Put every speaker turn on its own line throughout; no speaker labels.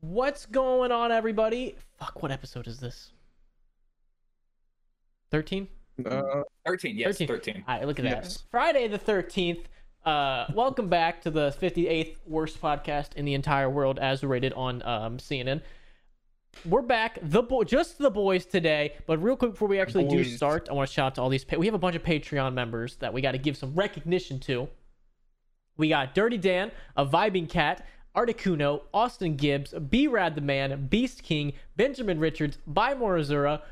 What's going on, everybody? Fuck, what episode is this? 13?
Uh,
13, yes,
13.
13.
All right, look at that.
Yes.
Friday the 13th. Uh, welcome back to the 58th worst podcast in the entire world as rated on um, CNN. We're back, the bo- just the boys today. But real quick before we actually do
Boys.
start, I want to shout out to all these. Pa- we have a bunch of Patreon members that we got to give some recognition to. We got Dirty Dan, a vibing cat, Articuno, Austin Gibbs, B Rad the Man, Beast King, Benjamin Richards, By Morizura,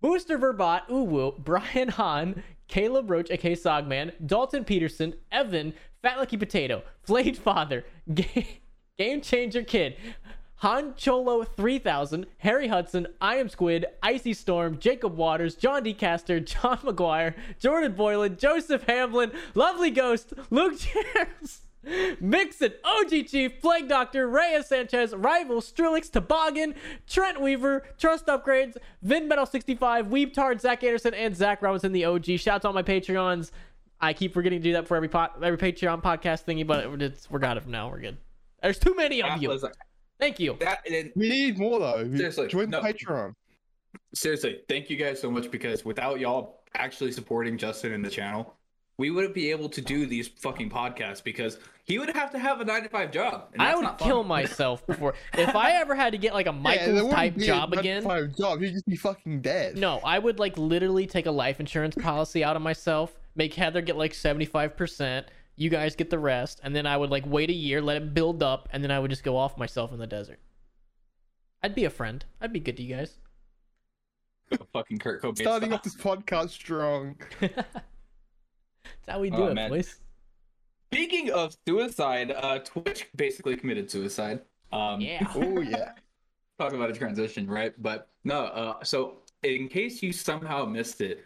Booster Verbat, Uwu, Brian Hahn, Caleb Roach, aka Sogman, Dalton Peterson, Evan, Fat Lucky Potato, Flayed Father, Ga- Game Changer Kid, Han Cholo 3000, Harry Hudson, I Am Squid, Icy Storm, Jacob Waters, John D. Caster, John McGuire, Jordan Boylan, Joseph Hamlin, Lovely Ghost, Luke James, Mixon, OG Chief, Plague Doctor, Reyes Sanchez, Rival, Strelix, Toboggan, Trent Weaver, Trust Upgrades, Vin Metal 65, Weebtard, Zach Anderson, and Zach Robinson, the OG. Shouts on my Patreons. I keep forgetting to do that for every pot, every Patreon podcast thingy, but it- it's, we got it from now. We're good. There's too many of
That
you.
was-
Thank you.
that- and-
we need more though. We-
Seriously,
join
no.
the Patreon.
seriously, thank you guys so much because without y'all actually supporting Justin and the channel, we wouldn't be able to do these fucking podcasts because he would have to have a nine to five job. and
I
that's
would
not fun.
kill myself before if I ever had to get like a
Yeah, there
Michael
wouldn't
type
be a
job
nine to
again.
five job. You'd just be fucking dead.
No, I would like literally take a life insurance policy out of myself, make Heather get like 75%, you guys get the rest, and then I would like wait a year, let it build up, and then I would just go off myself in the desert. I'd be a friend. I'd be good to you guys.
Go fucking Kurt Cobain.
Starting
style.
off this podcast strong.
That's how we do
Oh,
it,
man.
boys.
Speaking of suicide, uh, Twitch basically committed suicide. Um,
Yeah.
Oh yeah.
talk about a transition, right? But no, uh, so in case you somehow missed it,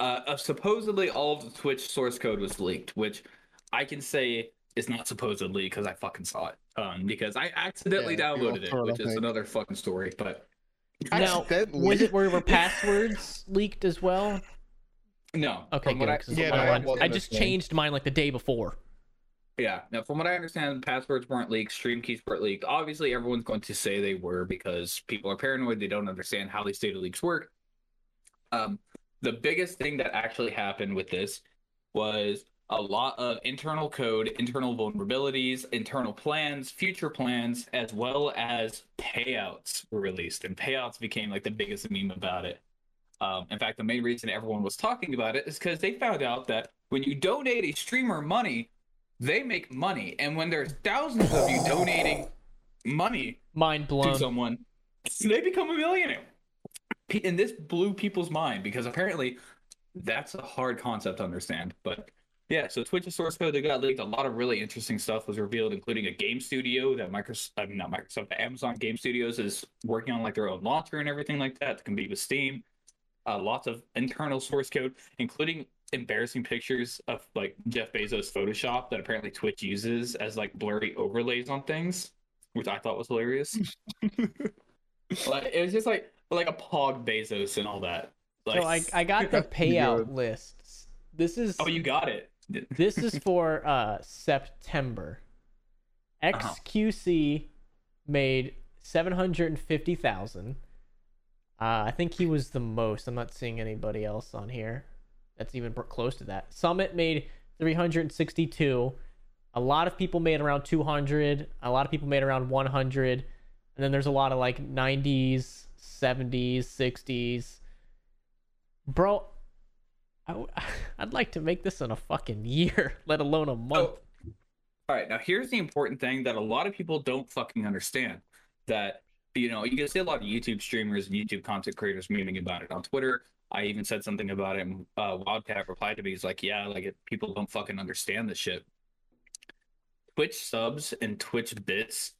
uh, uh, supposedly all of the Twitch source code was leaked, which I can say is not supposedly because I fucking saw it. Um, because I accidentally
Yeah, we all
downloaded it,
saw it, I
which is
think.
another fucking story. But
Now,
Accidentally.
was it where were passwords leaked as well?
no,
Okay,
from
good.
what I,
'cause
yeah,
I,
no,
don't
I
want-
wasn't
I just
listening.
changed mine like the day before.
yeah, now from what I understand, passwords weren't leaked, stream keys weren't leaked. Obviously, everyone's going to say they were because people are paranoid; they don't understand how these data leaks work. um, the biggest thing that actually happened with this was a lot of internal code, internal vulnerabilities, internal plans, future plans, as well as payouts were released. And payouts became like the biggest meme about it. Um, in fact, the main reason everyone was talking about it is because they found out that when you donate a streamer money, they make money. And when there's thousands of you donating money,
Mind
to
blown.
someone, they become a millionaire. P- And this blew people's mind because apparently that's a hard concept to understand. But yeah, so Twitch's source code that got leaked, a lot of really interesting stuff was revealed, including a game studio that Microsoft, I mean, not Microsoft, Amazon Game Studios is working on like their own launcher and everything like that to compete with Steam. Uh, lots of internal source code, including embarrassing pictures of like Jeff Bezos Photoshop that apparently Twitch uses as like blurry overlays on things, which I thought was hilarious. like it was just like like a pog Bezos and all that. Like,
So I, I got the payout list. This is
oh, you got it.
this is for uh September.
Uh-huh.
XQC made 750,000. Uh I think he was the most. I'm not seeing anybody else on here that's even pro- close to that. Summit made 362. A lot of people made around 200. A lot of people made around 100. And then there's a lot of like 90s, 70s, 60s. Bro, I w- I'd like to make this in a fucking year, let alone a
Oh,
month.
All right, now here's the important thing that a lot of people don't fucking understand. That you know, you can see a lot of YouTube streamers and YouTube content creators memeing about it on Twitter. I even said something about it, and uh, Wildcat replied to me. He's like, "Yeah, like it, people don't fucking understand this shit." Twitch subs and Twitch bits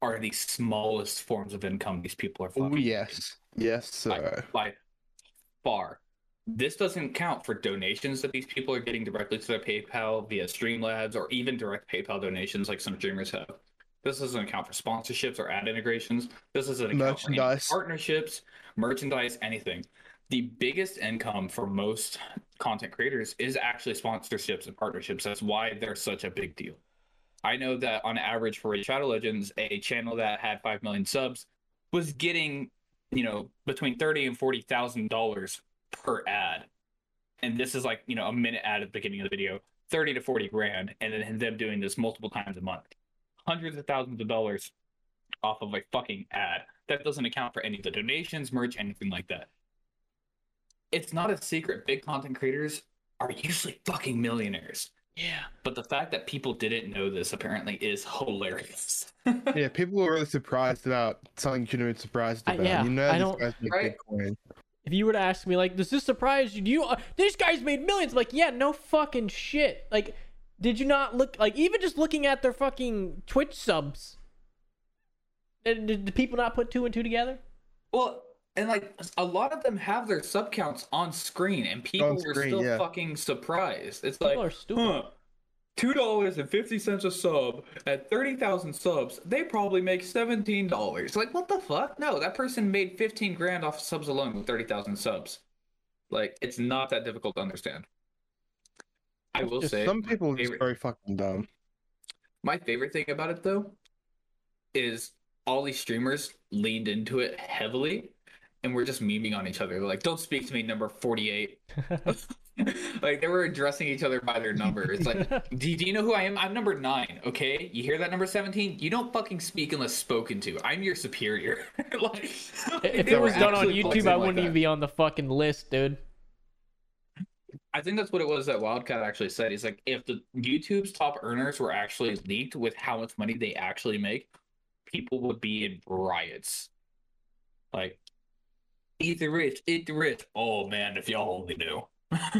are the smallest forms of income these people are fucking
Oh yes. Yes, sir.
by far. This doesn't count for donations that these people are getting directly to their PayPal via Streamlabs or even direct PayPal donations like some streamers have. This doesn't account for sponsorships or ad integrations. This doesn't account for any
Merchandise.
partnerships, merchandise, anything. The biggest income for most content creators is actually sponsorships and partnerships. That's why they're such a big deal. I know that on average for Raid Shadow Legends, a channel that had five million subs was getting, you know, between thirty and forty thousand dollars per ad. And this is like, you know, a minute ad at the beginning of the video, thirty to forty grand, and then them doing this multiple times a month. Hundreds of thousands of dollars off of a fucking ad. That doesn't account for any of the donations, merch, anything like that. It's not a secret. Big content creators are usually fucking millionaires.
Yeah.
But the fact that people didn't know this apparently is hilarious.
yeah, people were really surprised about something you shouldn't have been surprised
I-
about.
yeah,
you know,
I
these
don't-
guys make
Right?
Bitcoin.
If you were to ask me, like, does this surprise you? Do you? Uh, these guys made millions. I'm like, yeah, no fucking shit. Like, did you not look? Like, even just looking at their fucking Twitch subs, did, did the people not put two and two together?
well, and like a lot of them have their sub counts on screen, and people were
screen,
still
yeah.
fucking surprised. It's
People are
like,
stupid.
huh, two dollars and fifty cents a sub at thirty thousand subs, they probably make seventeen dollars. Like, what the fuck? No, that person made fifteen grand off subs alone with thirty thousand subs. Like, it's not that difficult to understand. I will
Just
say
Some people are just
favorite-
very fucking dumb.
My favorite thing about it though is all these streamers leaned into it heavily and we're just memeing on each other. They're like, don't speak to me, number 48. like they were addressing each other by their number. It's like, do, do you know who I am? I'm number nine, okay? You hear that number 17? You don't fucking speak unless spoken to. I'm your superior. like,
if
they
it
were
was done on
actually
YouTube,
flexing
I
like
wouldn't
that.
even be on the fucking list, dude.
I think that's what it was that Wildcat actually said. He's like, if the YouTube's top earners were actually leaked with how much money they actually make, people would be in riots. Like, eat the rich, eat the rich. Oh man, if y'all only knew.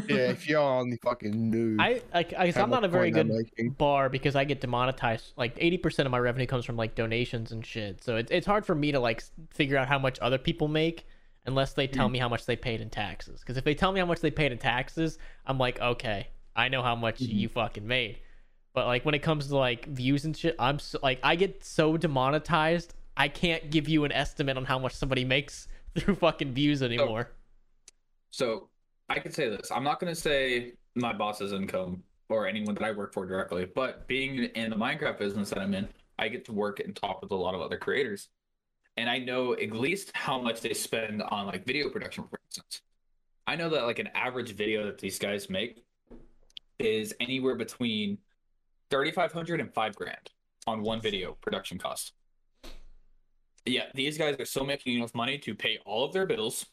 Yeah, if y'all only fucking knew.
I, like, I guess
how
I'm not a
much
very
coin they're
good
making.
bar because I get demonetized. Like 80% of my revenue comes from like donations and shit. So it's it's hard for me to like s- figure out how much other people make unless they tell me how much they paid in taxes. Because if they tell me how much they paid in taxes, I'm like, okay, I know how much you fucking made. But like when it comes to like views and shit, I'm so, like I get so demonetized. I can't give you an estimate on how much somebody makes through fucking views anymore.
So I could say this. I'm not gonna say my boss's income or anyone that I work for directly, but being in the Minecraft business that I'm in, I get to work and talk with a lot of other creators. And I know at least how much they spend on like video production, for instance. I know that like an average video that these guys make is anywhere between 3500 and 5 grand on one video production cost. Yeah, these guys are still making enough money to pay all of their bills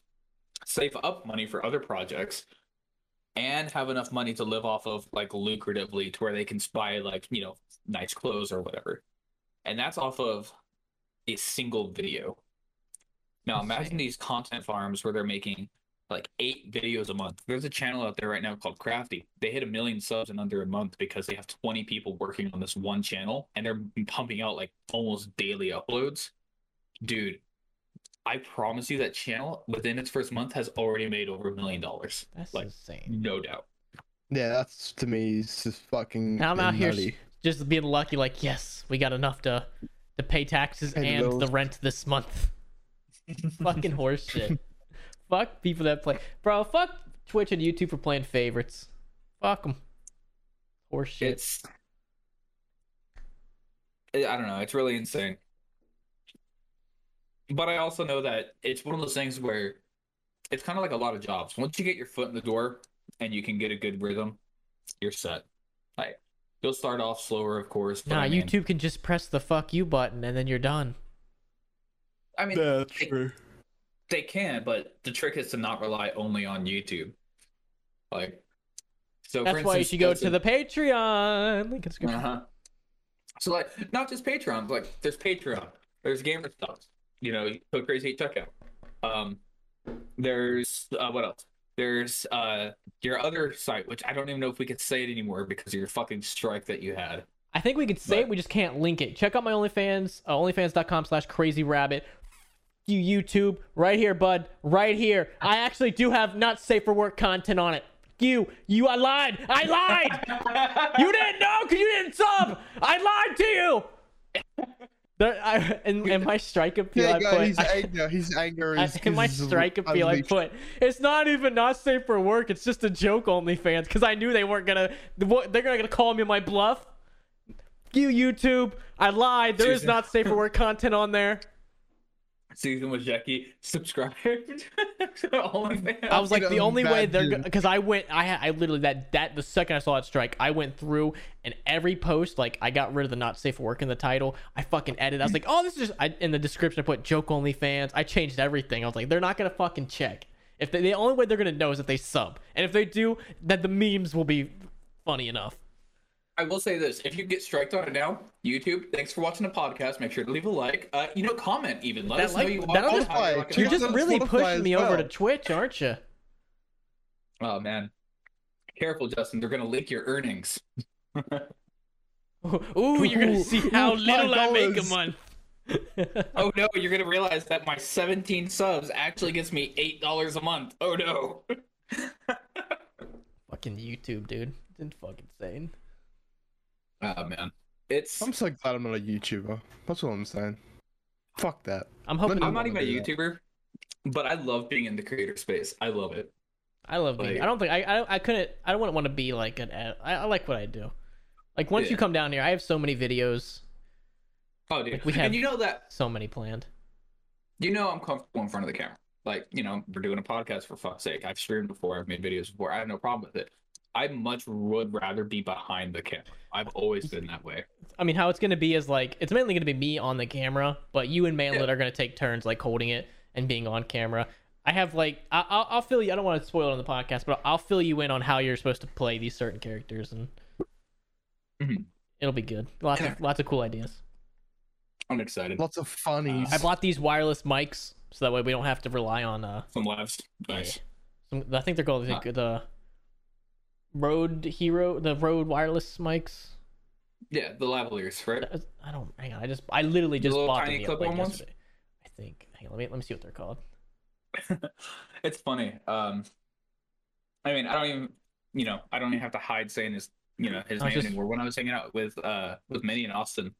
save up money for other projects and have enough money to live off of like lucratively to where they can buy like you know nice clothes or whatever and that's off of a single video now imagine
Insane.
these content farms where they're making like eight videos a month there's a channel out there right now called crafty they hit a million subs in under a month because they have 20 people working on this one channel and they're pumping out like almost daily uploads dude i promise you that channel within its first month has already made over a million dollars
That's
like
insane.
no doubt
Yeah, that's to me is just fucking.
Now I'm out here
nutty.
just being lucky like yes we got enough to to pay taxes
Pay the
and the
bills.
rent this month fucking horse shit fuck people that play bro fuck twitch and youtube for playing favorites fuck them horse shit
it's i I don't know it's really insane but i also know that it's one of those things where it's kind of like a lot of jobs once you get your foot in the door and you can get a good rhythm you're set like you'll start off slower of course but
nah
I mean-
youtube can just press the fuck you button and then you're done
i mean
Yeah,
they-
true.
They can, but the trick is to not rely only on YouTube. Like, so
that's
for
why you
instance,
should go
there's
to
a-
the patreon link in description.
uh-huh. So like, not just Patreon. Like, there's Patreon. There's Gamer Subs. You know, Code Crazy at checkout. Um, there's uh, what else? There's uh your other site, which I don't even know if we could say it anymore because of your fucking strike that you had.
I think we could say
But-
it, we just can't link it. Check out my OnlyFans, uh, onlyfans.com slash crazy rabbit. You YouTube, right here, bud, right here. I actually do have not safe for work content on it. You, you, I lied, I lied. you didn't know because you didn't sub. I lied to you. There, I, and, and my strike appeal,
Yeah,
I
guys,
put,
his
I-
anger, his anger
I,
is.
in my
is
strike appeal, I
unleashed.
put it's not even not safe for work. It's just a joke, OnlyFans, because I knew they weren't gonna. the wo- They're gonna call me my bluff. you YouTube. I lied. There is
Susan.
not safer word content on there.
Susan was Jackie subscribed. OnlyFans.
I was like,
Get
the
on
only
that
way they're
dude.
because I went, I had, I literally that that the second I saw that strike, I went through and every post like I got rid of the not safe for work in the title. I fucking edited. I was like, oh, this is just I, in the description. I put joke only fans. I changed everything. I was like, they're not gonna fucking check. If they, the only way they're gonna know is if they sub, and if they do, then the memes will be funny enough.
I will say this: if you get striked on it now, YouTube, thanks for watching the podcast. Make sure to leave a like. Uh, you know, comment even. Let
That
us
like-
know you
that
watched
like-
it, how
Spotify,
like
too.
You're just
on
really
Spotify
pushing
as
me over
well.
to Twitch, aren't you?
Oh man, careful, Justin. They're gonna leak your earnings.
Ooh, you're gonna
Ooh,
see
ooh,
how little I make a
$5.
month.
Oh no, you're gonna realize that my 17 subs actually gets me eight dollars a month. Oh no.
Fucking YouTube, dude. It's fucking insane.
Oh man, it's
I'm so glad I'm not a YouTuber. That's all I'm saying. Fuck that.
I'm hoping.
I'm not
wanna
even a
do that.
YouTuber, but I love being in the creator space. I love it.
I love being.
Like-
I don't think I. I, I couldn't. I don't want to be like an. ad- I, I like what I do. Like once you
Yeah.
come down here, I have so many videos,
Oh dude,
Like, we have-
and you know that
so many planned.
you know I'm comfortable in front of the camera. Like, you know, we're doing a podcast for fuck's sake. I've streamed before, I've made videos before. I have no problem with it. I much would rather be behind the camera. I've always been that way.
I mean, how it's gonna be is like it's mainly gonna be me on the camera, but you and Manlet
Yeah.
are gonna take turns like holding it and being on camera. I have like I, I'll, I'll fill you. I don't want to spoil it on the podcast, but I'll fill you in on how you're supposed to play these certain characters, and
Mhm.
it'll be good. Lots of lots of cool ideas.
I'm excited.
Lots of funnies.
I bought these wireless mics so that way we don't have to rely on uh
Some lives. Nice.
Some, I think they're called the,
Huh.
the Rode Hero, the Rode wireless mics.
Yeah, the lavaliers, right?
That was- I don't. Hang on. I just. I literally just
little
bought
tiny
them yeah,
clip-on
like,
ones?
yesterday. I think. Hang on. Let me let me see what they're called.
It's funny. Um I mean, I don't even you know, I don't even have to hide saying his you know, his
I was
name
just-
anymore. When I was hanging out with uh with Minnie and Austin,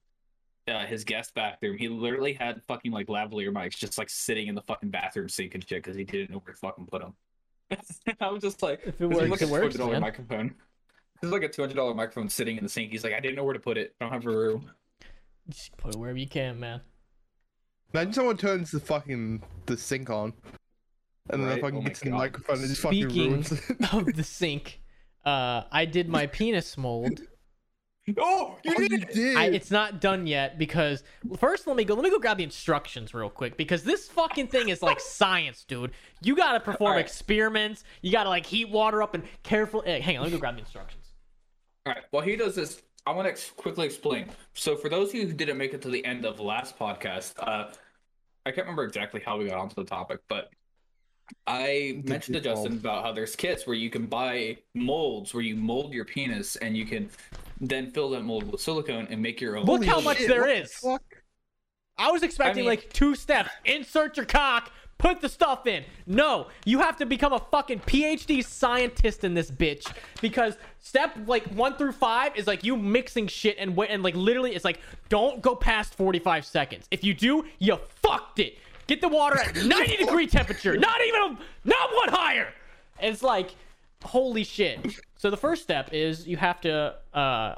uh, his guest bathroom, he literally had fucking like lavalier mics just like sitting in the fucking bathroom sink and shit because he didn't know where to fucking put them. I was just like,
If it
It's
works,
like
it works,
$200
man.
microphone. It's like a two hundred dollar microphone sitting in the sink. He's like, I didn't know where to put it. I don't have a room.
Just put it wherever you can, man.
Imagine someone turns the fucking the sink on, and then
Right?
the fucking
Oh my
gets in the
God.
microphone and just
Speaking-
fucking ruins it.
Of the sink. Uh, I did my penis mold.
Oh, you
Oh,
did! it!
did.
I, it's not done yet because first let me go let me go grab the instructions real quick because this fucking thing is like science, dude. You gotta perform
Alright.
experiments. You gotta like heat water up and careful. eh, Hang on, let me go grab the instructions.
All right. While he does this, I want to ex- quickly explain. So, for those of you who didn't make it to the end of last podcast, uh, I can't remember exactly how we got onto the topic, but I
Did
mentioned to
you
Justin
mold?
about how there's kits where you can buy molds where you mold your penis and you can then fill that mold with silicone and make your own.
Look how
shit.
much
shit,
there
what the
is.
fuck?
I was expecting
mean-
like two steps: insert your cock, put the stuff in. No, you have to become a fucking PhD scientist in this bitch because step like one through five is like you mixing shit and wait and like literally it's like don't go past forty five seconds. If you do, you fucked it. Get the water at ninety degree temperature, not even a, not one higher. And it's like holy shit. So the first step is you have to. uh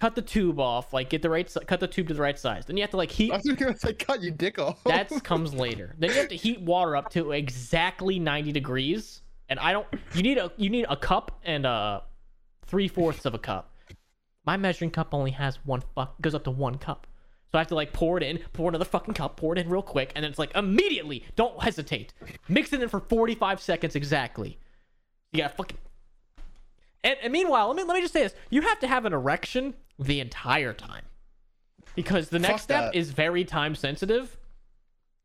Cut the tube off, like get the right, si- cut the tube to the right size. Then you have to like heat
I was just gonna say, cut your dick off.
that comes later. Then you have to heat water up to exactly 90 degrees. And I don't. You need a you need a cup and uh three fourths of a cup. My measuring cup only has one fuck goes up to one cup. So I have to like pour it in, pour another fucking cup, pour it in real quick, and then it's like immediately. Don't hesitate. Mix it in for 45 seconds exactly. You gotta fucking. And, and meanwhile, let me let me just say this: you have to have an erection the entire time, because the next
Fuck
step
that. Mm-hmm.
is very time sensitive.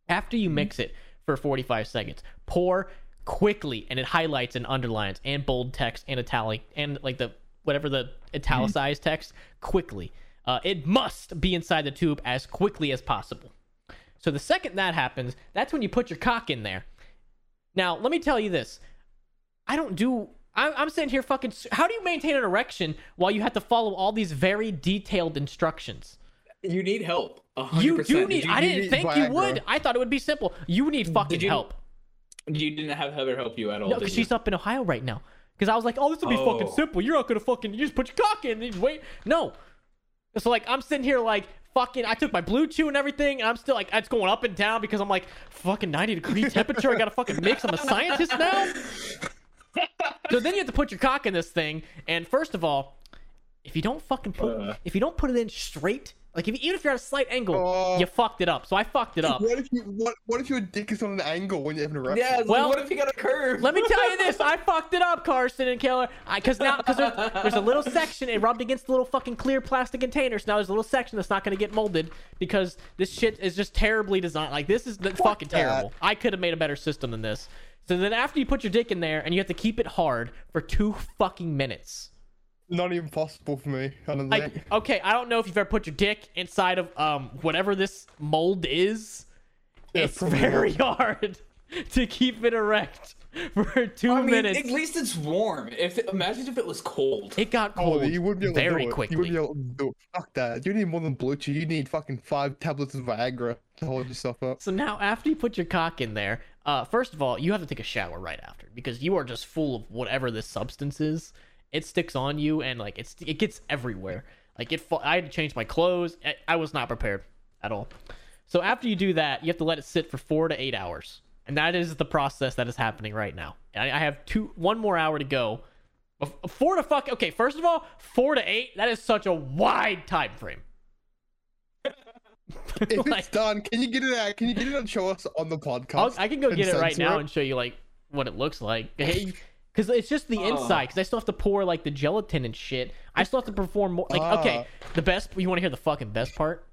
After you mix it for 45 seconds, pour quickly, and it highlights and underlines and bold text and italic and like the whatever the italicized
Mm-hmm.
text quickly. Uh, it must be inside the tube as quickly as possible. So the second that happens, that's when you put your cock in there. Now, let me tell you this. I don't do. I'm, I'm sitting here fucking. s- How do you maintain an erection while you have to follow all these very detailed instructions?
You need help. 100%.
You do
Did
need.
you-
I
you
didn't
need
think you
Viagra?
would. I thought it would be simple. You need fucking
you-
help.
You didn't have Heather help you at all.
No,
did
because
you?
she's up in Ohio right now. Because I was like, oh, this will be
Oh.
fucking simple. You're not gonna fucking. You just put your cock in and you just wait. No. So like I'm sitting here like fucking I took my blue chew and everything and I'm still like it's going up and down because I'm like fucking 90 degree temperature I got to fucking mix I'm a scientist now. so then you have to put your cock in this thing and first of all if you don't fucking put
Uh.
if you don't put it in straight like if, even if you're at a slight angle
Oh.
you fucked it up. So I fucked it up.
What if you what what if your dick is on an angle when you have an erection?
Yeah. it's like,
Well,
what if you got a curve?
Let me tell you this: I fucked it up, Carson and Keller. I because now because there's, there's a little section it rubbed against the little fucking clear plastic container. So now there's a little section that's not gonna get molded because this shit is just terribly designed. Like this is fucking
that.
terrible. I could have made a better system than this. So then after you put your dick in there and you have to keep it hard for two fucking minutes.
Not even possible for me. I don't think.
Like, okay, I don't know if you've ever put your dick inside of um whatever this mold is.
Yeah,
it's
probably
very hard to keep it erect for two
I mean,
minutes.
at least it's warm. If imagine if it was cold.
It got
Oh,
cold
you wouldn't be able to
very
do it. You
quickly.
wouldn't be able to do it. Fuck that. You need more than blue chew. You need fucking five tablets of Viagra to hold yourself up.
So now, after you put your cock in there, uh, first of all, you have to take a shower right after because you are just full of whatever this substance is. It sticks on you and like it's it gets everywhere. Like it, fa- I had to change my clothes. I, I was not prepared at all. So after you do that, you have to let it sit for four to eight hours, and that is the process that is happening right now. And I, I have two, one more hour to go. Of- Four to fuck. Okay, first of all, four to eight. That is such a wide time frame.
If
Like-
it's done, can you get it out? Can you get it and show us on the podcast?
I'll, I can go
and
get it right
censor
now and show you like what it looks like. Because it's just the
Oh.
inside. Because I still have to pour like the gelatin and shit. I still have to perform more. Like,
Oh.
okay, the best. You want to hear the fucking best part?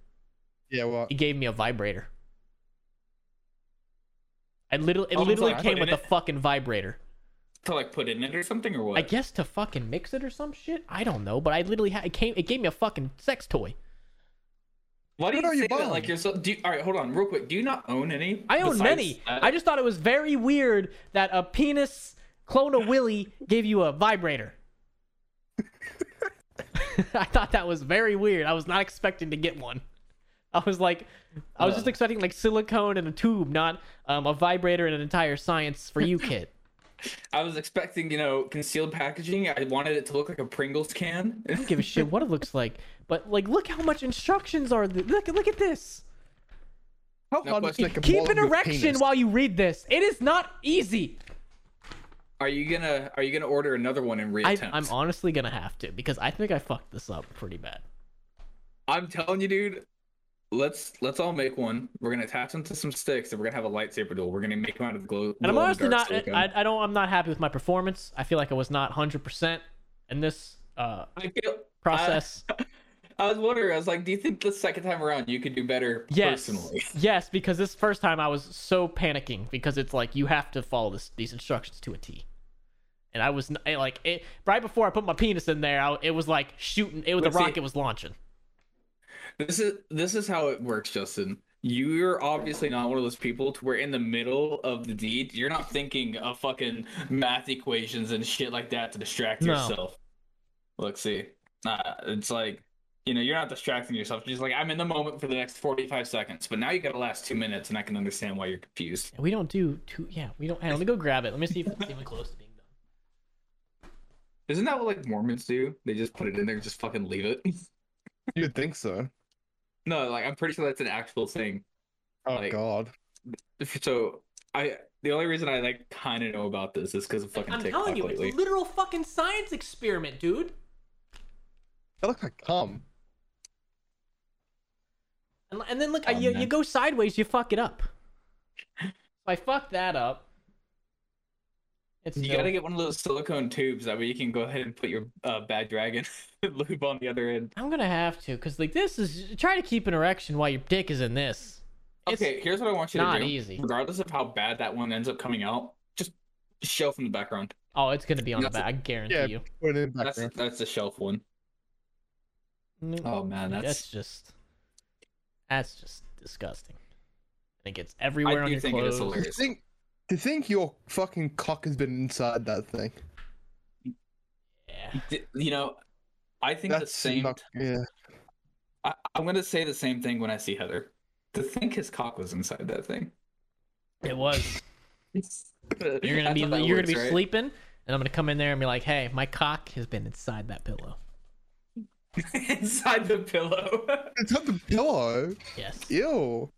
Yeah, well,
It gave me a vibrator. I literally, it
Oh, I'm
literally
sorry, I
came with
put it
a fucking vibrator.
to like put in it or something or what?
I guess to fucking mix it or some shit. I don't know, but I literally had it came. It gave me a fucking sex toy.
Why do
What
you
are
say
you
that?
buying?
Like you're so. Do you, all right, hold on, real quick. Do you not own any?
I own
besides
many.
uh,
that?
I just thought it was very weird that a penis clone of Willy gave you a vibrator. I thought that was very weird. I was not expecting to get one. I was like, I was just
Uh.
expecting like silicone and a tube, not um, a vibrator and an entire science for you kit.
I was expecting, you know, concealed packaging. I wanted it to look like a Pringles can.
I don't give a shit what it looks like, but like, look how much instructions are. Th- look, look at this.
how
no
hard is
question.
like a
Keep
ball
an
of your
erection
penis?
while you read this. It is not easy.
Are you gonna Are you gonna order another one and
I,
reattempt?
I'm honestly gonna have to because I think I fucked this up pretty bad.
I'm telling you, dude. Let's let's all make one. We're gonna attach them to some sticks, and we're gonna have a lightsaber duel. We're gonna make them out of the glow.
And I'm
glow in
honestly
the dark
not.
silicone.
I, I don't. I'm not happy with my performance. I feel like I was not 100 percent in this uh,
I feel
process.
I was wondering. I was like, do you think the second time around you could do better?
yes,
Personally,
yes, because this first time I was so panicking because it's like you have to follow this, these instructions to a T. And I was n- I, like, it, right before I put my penis in there, I, it was like shooting. It was the
Let's see.
rocket was launching.
this is this is how it works, Justin. You're obviously not one of those people to where in the middle of the deed, you're not thinking of fucking math equations and shit like that to distract
No.
yourself. Look, see, uh, it's like you know you're not distracting yourself. You're just like I'm in the moment for the next 45 seconds, but now you got to last two minutes, and I can understand why you're confused.
And we don't do two. Yeah, we don't. Hey, let me go grab it. Let me see if it's even close to being done.
Isn't that what like Mormons do? They just put it in there, and just fucking leave it.
You'd think so.
no, like I'm pretty sure that's an actual thing.
Oh
Like-
god.
So I the only reason I like kind of know about this is because of fucking
I'm
TikTok
telling you,
lately.
it's literal fucking science experiment, dude.
That looks like cum.
And, and then look,
Oh,
you,
man.
you go sideways, you fuck it up. I fuck that up. It's
You
no-
gotta get one of those silicone tubes that way you can go ahead and put your uh, bad dragon lube on the other end.
I'm gonna have to, cause like this is try to keep an erection while your dick is in this. It's
Okay, here's what I want you
not
to do.
easy.
Regardless of how bad that one ends up coming out, just shelf in the background.
Oh, it's gonna be on the
That's-
back. I guarantee
yeah.
you.
Put it in the
That's
background.
that's the shelf one.
Mm,
Oh man,
that's...
that's
just that's just disgusting. And it gets everywhere
I
on
do
your
think it
clothes.
is
To
hilarious.
think, to think your fucking cock has been inside that thing.
Yeah.
D- you know, I think the
That's
same.
not- yeah.
I, I'm gonna say the same thing when I see Heather. To think his cock was inside that thing.
It was. You're gonna
That's
be
how that
you're gonna
works,
be
right?
sleeping, and I'm gonna come in there and be like, "Hey, my cock has been inside that pillow."
inside the pillow.
It's on the pillow.
Yes.
Ew.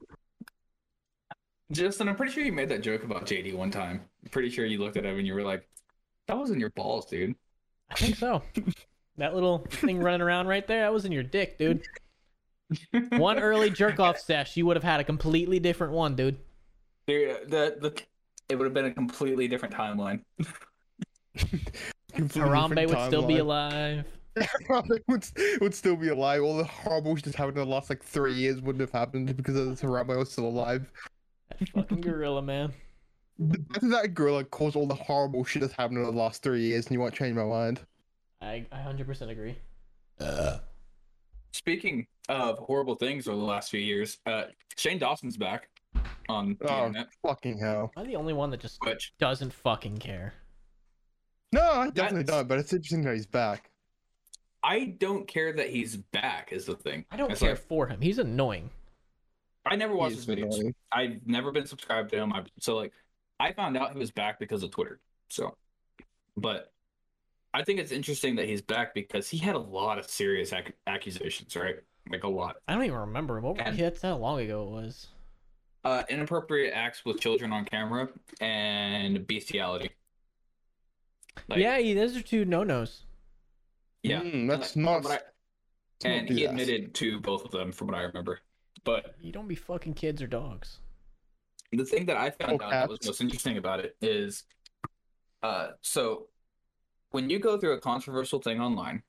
Justin, I'm pretty sure you made that joke about JD one time. I'm pretty sure you looked at him and you were like, "That wasn't your balls, dude."
I think so. that little thing running around right there, that was in your dick, dude. One early jerk off sesh, you would have had a completely different one, dude.
Dude, the, the it would have been a completely different timeline.
Completely
Harambe
different
would still be
timeline.
alive.
Harambe would, would still be alive. All the horrible shit that's happened in the last like three years wouldn't have happened because of this Harambe was still alive.
That fucking gorilla, man.
The death of that gorilla caused all the horrible shit that's happened in the last three years, and you won't change my mind.
I, I 100% agree.
Speaking of horrible things over the last few years, uh, Shane Dawson's back on the
Oh.
internet,
Fucking hell.
Am I the only one that just
which
doesn't fucking care?
No, I definitely
That's-
don't. But it's interesting that he's back.
I don't care that he's back is the thing.
I don't
It's
care
like,
for him. He's annoying.
I never watched
He's
his videos.
annoying.
I've never been subscribed to him. I, so like, I found out he was back because of Twitter. So, but I think it's interesting that he's back because he had a lot of serious ac- accusations, right? Like a lot.
I don't even remember him. What,
And-
yeah, that's how long ago it was.
Uh, inappropriate acts with children on camera and bestiality. Like,
yeah, he, those are two no nos.
yeah.
Mm, that's not.
And, like, from what I-
let's not
and
do
he
that.
admitted to both of them, from what I remember. But
You don't be fucking kids or dogs.
the thing that I found
Oh,
out that was
cats.
most interesting about it is, uh, so when you go through a controversial thing online,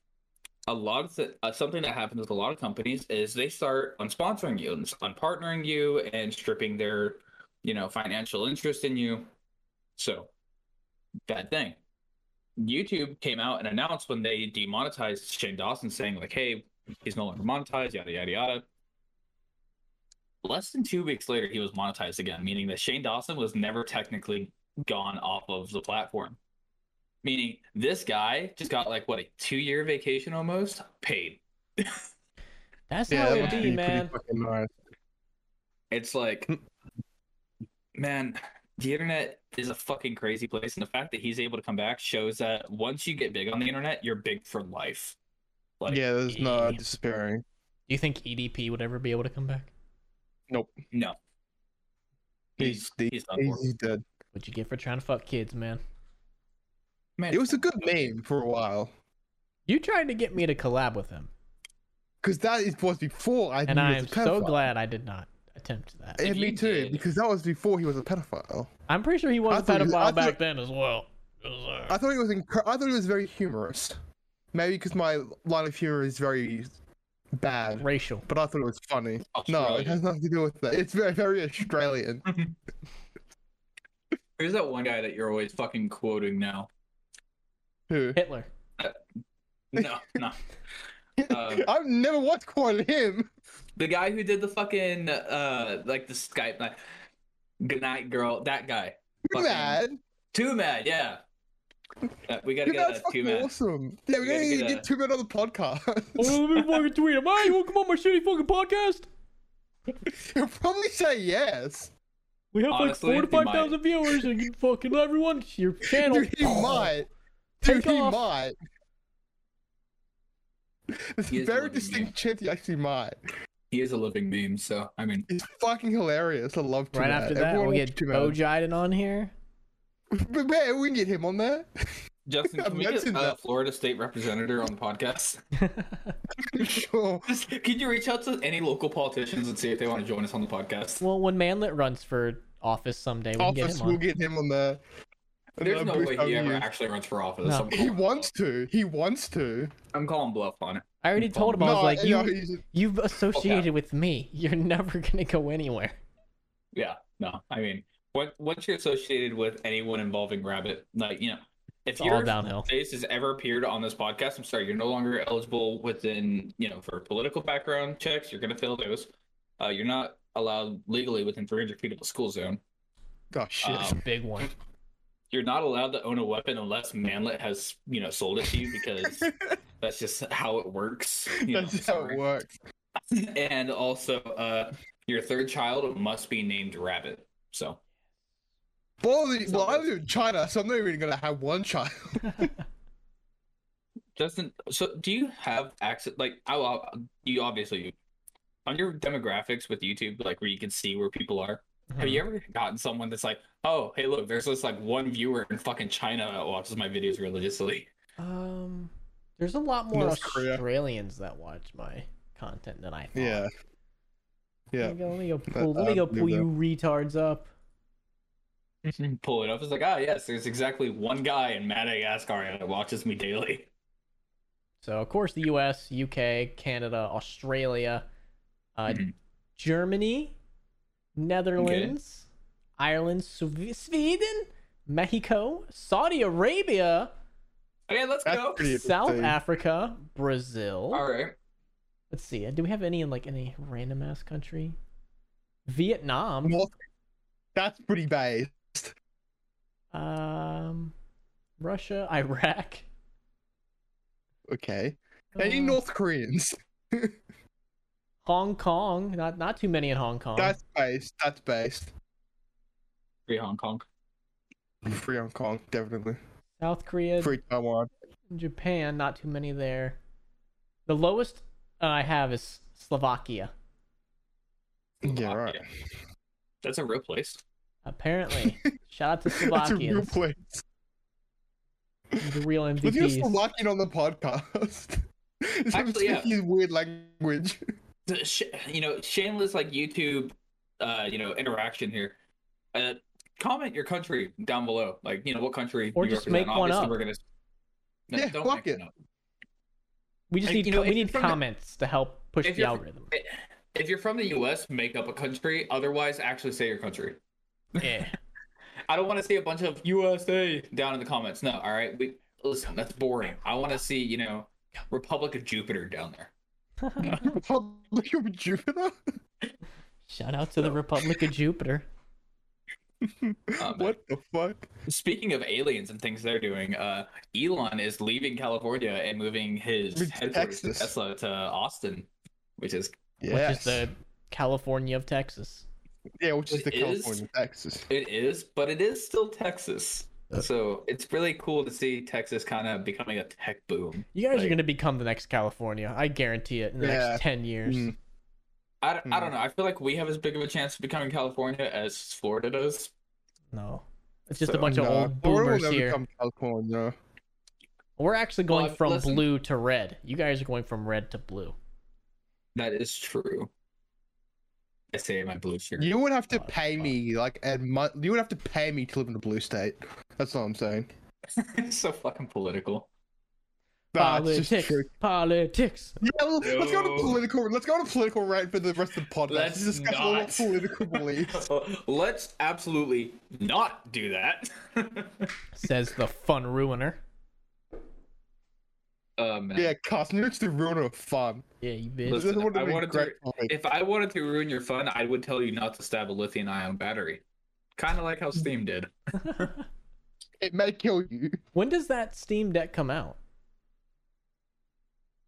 a lot of the, uh, something that happens with a lot of companies is they start on sponsoring you and on partnering you and stripping their, you know, financial interest in you. So bad thing. YouTube came out and announced when they demonetized Shane Dawson, saying like, "Hey, he's no longer monetized." Yada yada yada. Less than two weeks later, he was monetized again, meaning that Shane Dawson was never technically gone off of the platform. Meaning this guy just got like what a two year vacation almost paid.
That's
Yeah,
how
that
it
would be
be,
pretty
man.
fucking nice.
It's like, man, the internet is a fucking crazy place. And the fact that he's able to come back shows that once you get big on the internet, you're big for life. Like,
yeah, there's no
Yeah.
despairing.
Do you think EDP would ever be able to come back?
no.
He's
He's,
the-
he's done for.
He's dead.
What'd you get for trying to fuck kids, man?
Man,
It was a good name for a while.
You tried to get me to collab with him,
Because that is- was before I
and
knew
I
he
am
was a
so
pedophile.
glad I did not attempt that.
And
If
me
you
too,
did-
because that was before he was a pedophile.
I'm pretty sure he
I
was a
thought he was- I
pedophile back
thought-
then as well. It was, uh,
I thought it was incre- I thought it was very humorous. Maybe because my line of humor is very bad,
racial.
but I thought it was funny. No, it
Australia.
has nothing to do with that. It's very very Australian.
Who's that one guy that you're always fucking quoting now?
Who?
Hitler.
No, no. Uh,
I've never watched quite him.
The guy who did the fucking uh like the Skype like Good night girl, that guy.
Look
Fucking
at
Too mad, yeah. Uh, we
that.
gotta
That's
get a two
fucking
man.
awesome. Yeah,
We
we
gotta
gotta
get
get,
a-
two men on the podcast.
Oh, let me fucking tweet him. Hey, you want to come on my shitty fucking podcast?
He'll probably say yes.
We have
Honestly,
like
he
four to
might.
5,000 viewers, and you fucking everyone, your channel.
Dude, he might.
Take
Dude, he
off.
might. It's
He
a
is
very
living, yeah.
distinct chance he actually might.
He is a living meme, so I mean
It's fucking hilarious. I love Too
Right
Mad.
after that,
Everyone
we'll
loves
get
Too Mad.
Bo Jiden on here.
But man, we can get him on there.
Justin,
I've
can we get
mentioned
a
that.
Florida State representative on the podcast?
sure.
Could you reach out to any local politicians and see if they want to join us on the podcast?
well, when Manlet runs for office someday, we can get
Office,
him
we'll
on.
get him on there. And
There's
then
no
Bruce
way he ever
Avenue.
actually runs for office.
No.
I'm
He
calling-
wants to. He wants to.
I'm calling bluff on it.
I already told him, I was
no,
like,
no,
you,
he's-
you've associated with me. You're never going to go anywhere.
Yeah, no, I mean, when, once you're associated with anyone involving Rabbit, like you know, if
It's all
your
downhill.
face has ever appeared on this podcast, I'm sorry, you're no longer eligible within you know for political background checks. You're gonna fail those. Uh, you're not allowed legally within 300 feet of a school zone.
oh shit.
Um,
Big one.
You're not allowed to own a weapon unless Manlet has you know sold it to you because that's just how it works. Ah. you know,
That's how
sorry.
it works.
and also, uh, your third child must be named Rabbit. So.
Well, the-
So
well, I
that's-
live in China, so I'm not even gonna have one child.
Justin, so do you have access? Like, I will, you obviously on your demographics with YouTube, like where you can see where people are. Have
Hmm.
you ever gotten someone that's like, oh, hey, look, there's this like one viewer in fucking China that watches my videos religiously.
Um, there's a lot more
North Korea.
Australians that watch my content than I thought.
Yeah.
Let
Yeah.
me go, let me go
That-
pull, let me
I
go
believe
pull
that.
you retards up.
Pull it up. It's like, ah, yes, there's exactly one guy in Madagascar that watches me daily.
So of course the U.S., U.K., Canada, Australia, uh,
Mhm.
Germany, Netherlands, Ireland, Swe- Sweden, Mexico, Saudi Arabia,
Okay, let's
That's
go.
pretty-
South
Interesting.
Africa, Brazil.
All right.
Let's see. uh, Do we have any in like any random ass country? Vietnam.
Well, that's pretty bad.
Um, Russia, Iraq.
Okay. Any
uh,
North Koreans?
Hong Kong. Not not too many in Hong Kong.
That's based. That's based.
Free Hong Kong.
Free Hong Kong, definitely.
South Korea,
Free Taiwan.
Japan. Not too many there. The lowest uh, I have is Slovakia.
Yeah,
Fuck
right.
yeah. That's a real place.
Apparently, shout out to
That's a real
Slovakians.
place.
the real
With you
MVPs.
Slovakian on the podcast. It's
Actually, yeah.
speaking weird language.
the sh- you know shameless like youtube uh you know interaction here uh comment your country down below like you know what country
Or
you
just make
represent.
one
Obviously,
up.
we're gonna no,
Yeah,
don't
fuck
make
it.
one up.
We just
Like,
need
you know,
we
if
need
you're from the-
comments to help push
if
the
you're fr-
algorithm.
if you're from the us make up a country otherwise actually say your country
yeah.
i don't want to see a bunch of usa down in the comments no all right we listen that's boring i want to see you know republic of jupiter down there
Republic of Jupiter?
Shout out to the Republic of Jupiter.
Oh, man.
what the fuck?
Um, Speaking of aliens and things they're doing, uh, Elon is leaving California and moving his
Moving to
headquarters from
Texas.
Tesla to Austin, which is
Which
Yes.
is the California of Texas.
yeah, which is the
it is-
California Texas.
it is, but it is still Texas.
Uh.
So it's really cool to see Texas kind of becoming a tech boom.
You guys are
Like-
gonna become the next California. I guarantee it in the
Yeah.
next ten years.
Mm.
I, I
Hmm.
don't know. I feel like we have as big of a chance of becoming California as Florida does.
No, it's just a
So,
bunch of
Nah,
old
Florida will
boomers
never
here.
become California.
We're actually going
Well,
from
listen-
blue to red. You guys are going from red to blue.
That is true. I say my blue shirt.
You would have to
Oh,
pay
fuck.
me like a month. You would have to pay me to live in a blue state. That's all I'm saying.
so fucking political.
Nah, it's just
politics,
true.
politics.
Yeah, well, let's go
No.
to political. Let's go to political rant for the rest of the podcast.
Let's
Let's discuss all our
not.
political beliefs.
Uh, Let's absolutely not do that.
Says the fun ruiner.
Oh, man.
yeah, Carson, you're just the ruiner of fun.
Yeah, you bitch.
Listen,
This would
I
have been
wanted to-
great topic.
If I wanted to ruin your fun, I would tell you not to stab a lithium ion battery. Kind of like
Hmm.
how Steam did.
It may kill you.
when does that Steam Deck come out?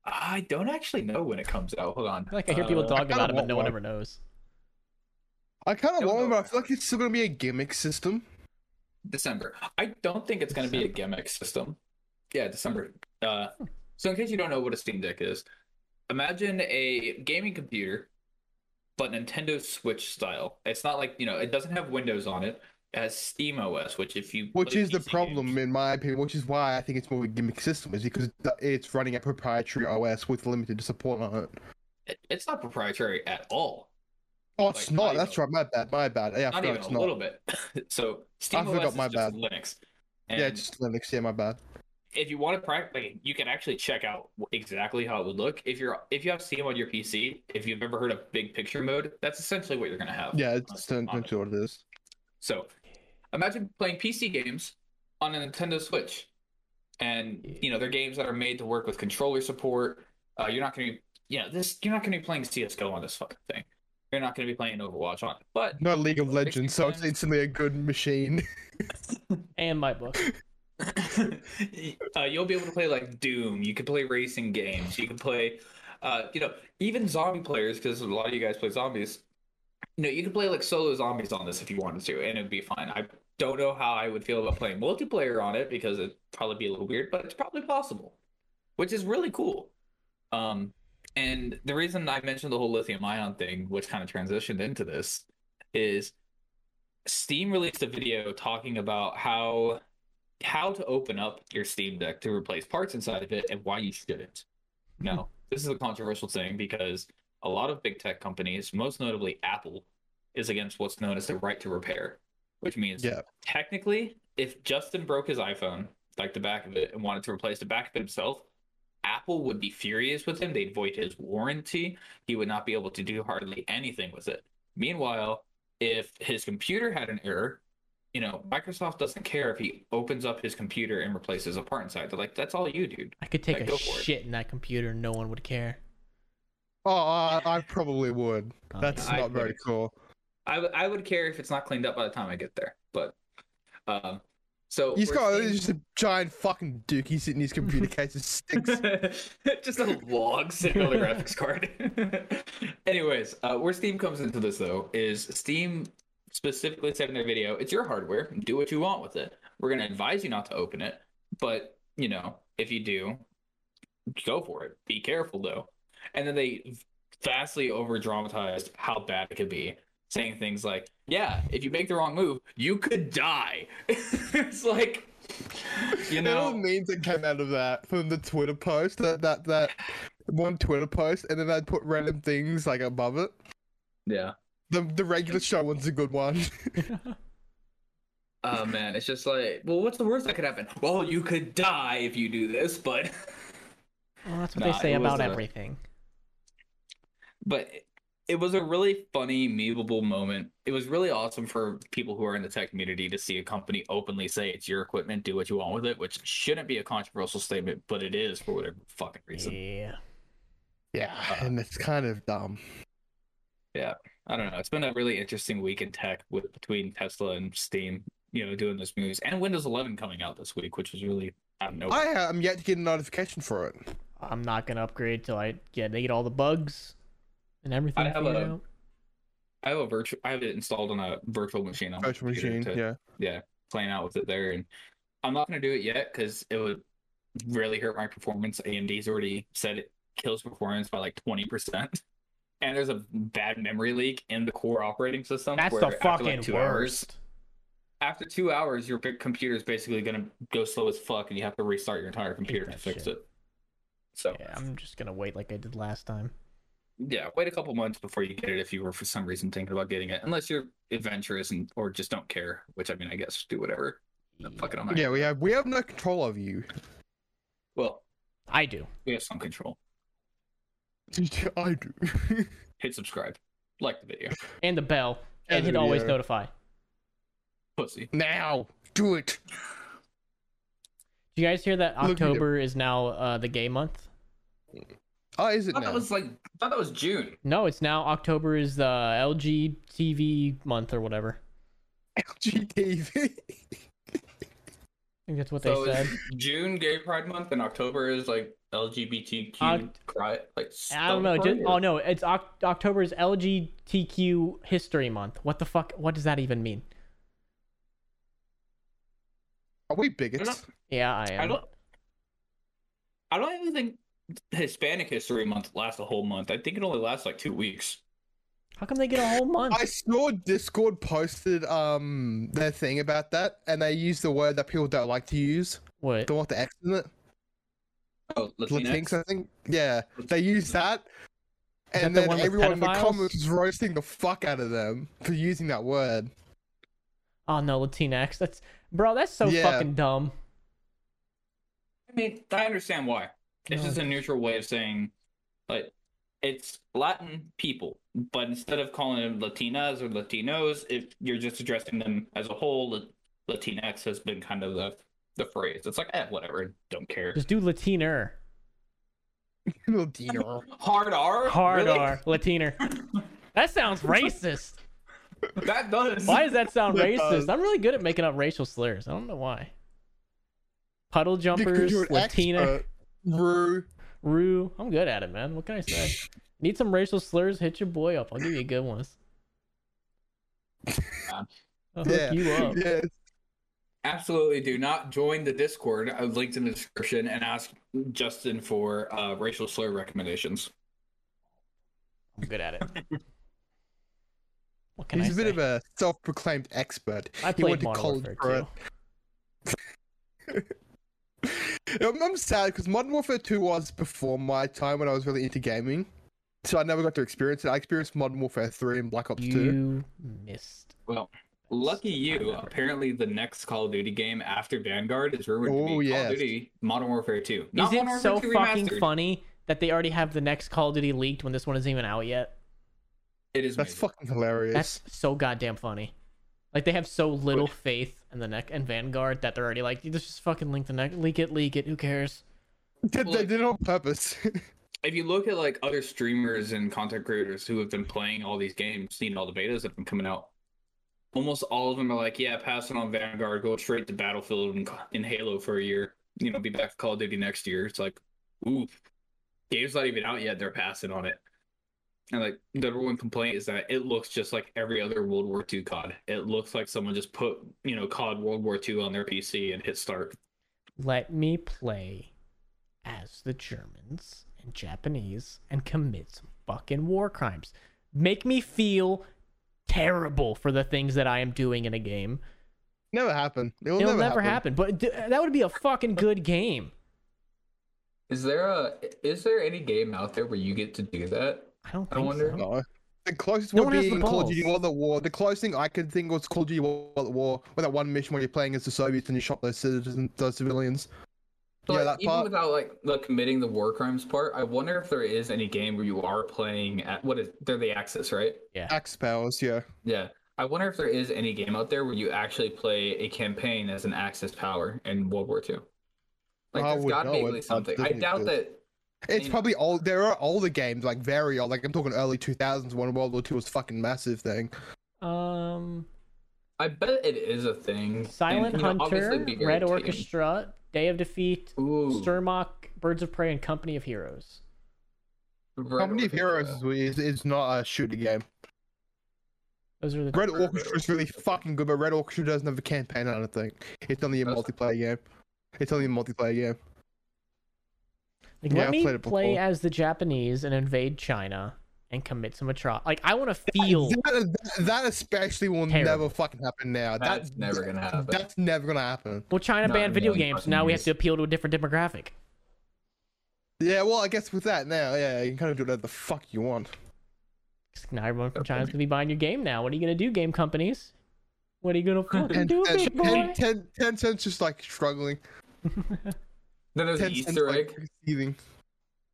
I don't actually know when it comes out. Hold on.
I feel like I hear people
Uh,
talking
kinda
about it, but
want
no one
one.
ever knows.
I kind
Don't
of want
know.
one, but I feel like it's still gonna be a gimmick system.
December. I don't think it's going to be a gimmick system. Yeah, December. Uh, so, in case you don't know what a Steam Deck is, imagine a gaming computer, but Nintendo Switch style. It's not like, you know, it doesn't have Windows on it. It has Steam OS, which if you.
Which
play
is the
PC
problem,
games-
in my opinion, which is why I think it's more of a gimmick system, is because th- it's running a proprietary OS with limited support on it.
it- it's not proprietary at all.
Oh, it's
Like, not
not. That's
even-
right. My bad. My bad. Yeah, I
not
forgot
even
it's
a little bit. so Steam
forgot
OS is
my
just
bad.
Linux. And
Yeah, it's just Linux. Yeah, my bad.
if you want to practice, like, you can actually check out wh- exactly how it would look. If you're if you have Steam on your PC, if you've ever heard of big picture mode, that's essentially what you're gonna have.
Yeah, it's
on-
turned
on it.
into what it is.
So imagine playing PC games on a Nintendo Switch. And you know, they're games that are made to work with controller support. Uh, you're not gonna be you know, this you're not gonna be playing CSGO on this fucking thing. You're not gonna be playing Overwatch on it. But
No League of Legends, so it's
sense.
instantly a good machine.
And my book.
uh, you'll be able to play like Doom. You can play racing games. You can play, uh, you know, even zombie players because a lot of you guys play zombies. You know, you can play like solo zombies on this if you wanted to, and it'd be fine. I don't know how I would feel about playing multiplayer on it because it'd probably be a little weird, but it's probably possible. which is really cool. Um, and the reason I mentioned the whole lithium ion thing, which kind of transitioned into this, is Steam released a video talking about how how to open up your Steam Deck to replace parts inside of it and why you shouldn't. No, this is a controversial thing because a lot of big tech companies, most notably Apple, is against what's known as the right to repair, which means
Yeah.
technically, if Justin broke his iPhone, like the back of it, and wanted to replace the back of it himself, Apple would be furious with him. They'd void his warranty. He would not be able to do hardly anything with it. Meanwhile, if his computer had an error, you know, Microsoft doesn't care if he opens up his computer and replaces a part inside. They're like, that's all you, dude.
I could take
Yeah,
a
go for it.
shit in that computer and no one would care.
Oh, I, I probably would.
Oh,
That's
yeah.
Uh, I
not very
would.
cool.
I, w- I would care if it's not cleaned up by the time I get there. But, um, so
He's
we're
got
seeing-
it's just a giant fucking dookie sitting in his computer case. It stinks.
just a log sitting on the graphics card. Anyways, uh, where Steam comes into this though is Steam specifically said in their video, "It's your hardware. Do what you want with it. We're going to advise you not to open it, but you know if you do, go for it. Be careful though." And then they vastly over dramatized how bad it could be, saying things like, "Yeah, if you make the wrong move, you could die." it's like. You
And all
know,
the memes that came out of that from the Twitter post, that that that one Twitter post, and then I'd put random things like above it.
yeah.
The the regular show one's a good one.
Oh man, it's just like, well, what's the worst that could happen? Well, you could die if you do this, but
Well, that's what
Nah,
they say
it was
about
a-
everything.
but it- it was a really funny, memeable moment. It was really awesome for people who are in the tech community to see a company openly say it's your equipment, do what you want with it, which shouldn't be a controversial statement, but it is for whatever fucking reason.
Yeah.
yeah,
Uh,
and it's kind of dumb.
I don't know. It's been a really interesting week in tech with between Tesla and Steam, you know, doing those moves and Windows 11 coming out this week, which was really out of nowhere.
I uh, am yet to get a notification for it.
I'm not gonna upgrade till I get they get all the bugs and everything.
have
figured
a-
out.
I have a virtual. I have it installed on a virtual machine. on my
Virtual
computer
machine,
to-
yeah.
playing out with it there. And I'm not going to do it yet because it would really hurt my performance. AMD's already said it kills performance by like 20%. And there's a bad memory leak in the core operating system.
That's
where
the
after, like,
fucking
two hours-
worst.
after two hours, your big computer's basically going to go slow as fuck and you have to restart your entire computer to
that
fix
shit.
it. So,
Yeah, I'm just gonna wait like I did last time.
yeah, wait a couple months before you get it if you were for some reason thinking about getting it. Unless you're adventurous and or just don't care, which I mean, I guess do whatever. Fuck it, I'm not.
Yeah, we have we have no control over you.
Well,
I do.
we have some control.
I do.
hit subscribe, like the video,
And the bell.
Yeah,
And
the
hit always
video.
notify.
pussy.
now, do it.
Do you guys hear that
Look at you.
October is now uh, the gay month?
Oh, is
I
it
thought
now?
that was like, I thought that was June.
No, it's now October is the LGTV month or whatever.
LGTV.
I think that's what they
So
said.
it's June Gay Pride Month, and October is like LGBTQ
Oct-
cry, like
I don't know. Just, oh no, it's Oc- October is LGTQ History Month. What the fuck? What does that even mean?
Are we bigots?
Yeah, I am.
I don't. I don't even think Hispanic History Month lasts a whole month. I think it only lasts like two weeks.
How come they get a whole month?
I saw Discord posted um their thing about that, and they used the word that people don't like to use.
what?
Don't want the X in it.
Oh,
Latinx,
Latinx.
I think. Yeah, they used that,
Is
and
that the
then
one with
everyone in the
pedophiles?
comments was roasting the fuck out of them for using that word.
Oh no, Latinx. That's bro. That's so
Yeah.
fucking dumb.
I mean, I understand why. It's
No.
just a neutral way of saying, like, it's Latin people, but instead of calling them Latinas or Latinos, if you're just addressing them as a whole, La- Latinx has been kind of the the phrase. It's like, eh, whatever, don't care.
Just do Latiner.
Little dear.
Hard R,
Hard
Really?
R. Latiner. That sounds racist.
That does.
Why does that sound
It
racist?
does.
I'm really good at making up racial slurs. I don't know why. Puddle jumpers,
you're an uh,
Latina,
expert, Rue.
Rue. I'm good at it, man. What can I say? Need some racial slurs? Hit your boy up. I'll give you good ones. I'll hook
Yeah.
you up.
Yes.
absolutely do not join the Discord. I've linked in the description and ask Justin for uh, racial slur recommendations.
I'm good at it. What can
He's a
I
bit
say?
of a self-proclaimed expert.
I
he
played
went to
Modern
college
Warfare
for
2.
it. I'm, I'm sad because Modern Warfare 2 was before my time when I was really into gaming. So I never got to experience it. I experienced Modern Warfare 3 and Black Ops 2.
You missed.
Well, lucky you. Apparently, the next Call of Duty game after Vanguard is rumored to
Oh,
be Call
yes.
of Duty Modern Warfare 2.
Is
Modern
it
Warfare
so
2
fucking
Remastered.
funny that they already have the next Call of Duty leaked when this one isn't even out yet?
It is.
That's
amazing.
fucking hilarious.
That's so goddamn funny. Like they have so little faith in the neck and Vanguard that they're already like, let's just fucking link the neck, leak it, leak it. Who cares?
Did, they
like-
did it on purpose.
if you look at like other streamers and content creators who have been playing all these games, seen all the betas that have been coming out, almost all of them are like, yeah, passing on Vanguard, go straight to Battlefield and in Halo for a year. You know, be back to Call of Duty next year. It's like, ooh, game's not even out yet. They're passing on it. And like the number one complaint is that it looks just like every other World War II COD. It looks like someone just put you know COD World War II on their PC and hit start.
Let me play as the Germans and Japanese and commit some fucking war crimes. Make me feel terrible for the things that I am doing in a game.
never happened. It will
It'll,
never,
never
happen.
happen. But d- that would be a fucking good game.
Is there a is there any game out there where you get to do that?
I don't
I
think
wonder-
so.
No. The closest
No
would
one has
be
the
in Call of Duty
balls.
World at War. The closest thing I could think was Call of Duty World at War, where that one mission where you're playing as the Soviets and you shot those citizens, those civilians.
But
Yeah,
like,
that
even
part-
without like the committing the war crimes part, I wonder if there is any game where you are playing at what is they're the Axis, right?
Axe powers, yeah.
Yeah. I wonder if there is any game out there where you actually play a campaign as an Axis power in World War II. Like
I
there's
would
gotta
know
be
it,
at least
but
something. I
doesn't
doubt that
It's
mean-
probably old. There are older games, like very old. Like I'm talking early 2000s when World War II was a fucking massive thing.
Um,
I bet it is a thing. And,
Silent
you know, obviously
Hunter,
it'd be very
Red
appealing.
Orchestra, Day of Defeat,
Ooh,
Sturmach, Birds of Prey, and Company of Heroes.
Red
Company of Heroes
Orchestra.
is, is, is not a shooter game.
Those are the
Red Orchestra is really fucking good, but Red Orchestra doesn't have a campaign. I don't think it's only a
Does-
multiplayer game. It's only a multiplayer game.
like,
yeah,
let
I've
me
played it
play
before.
as the Japanese and invade China and commit some atro. Like I want to feel
That, that especially will
Terrible.
never fucking happen now.
That's
that,
never gonna happen.
That's never gonna happen.
well China
Not in a
banned video
million
games, so
fucking
now we have
years.
to appeal to a different demographic.
Yeah, well, I guess with that now, yeah, you can kind of do whatever the fuck you want.
'Cause Now everyone from China's gonna be buying your game now. What are you gonna do, game companies? What are you gonna fucking
And
do,
and-
big boy?
and ten, ten cents just like struggling.
Then there's
Ten
an
cents
Easter egg.
like receiving.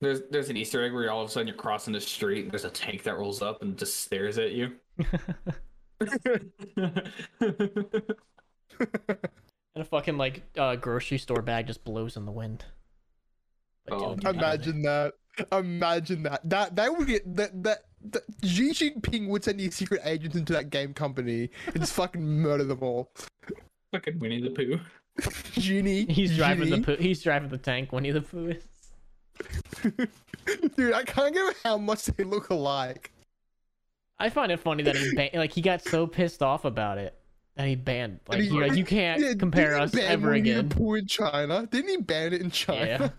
There's there's an Easter egg where all of a sudden you're crossing the street and there's a tank that rolls up and just stares at you. That's
And a fucking like uh, grocery store bag just blows in the wind. But
Oh,
don't do that.
Imagine that. Imagine that. That that would get that that. that Xi Jinping would send these secret agents into that game company and just fucking murder them all.
Fucking Winnie the Pooh.
Genie.
He's driving the poo- he's driving the tank. Winnie the Pooh is.
the dude. I can't get how much they look alike.
I find it funny that he ban- like he got so pissed off about it that he banned like,
he-
he, like you can't
Yeah,
compare
didn't he
us
ban
ever
Winnie the
again.
Pooh in China. Didn't he ban it in
Yeah.
China?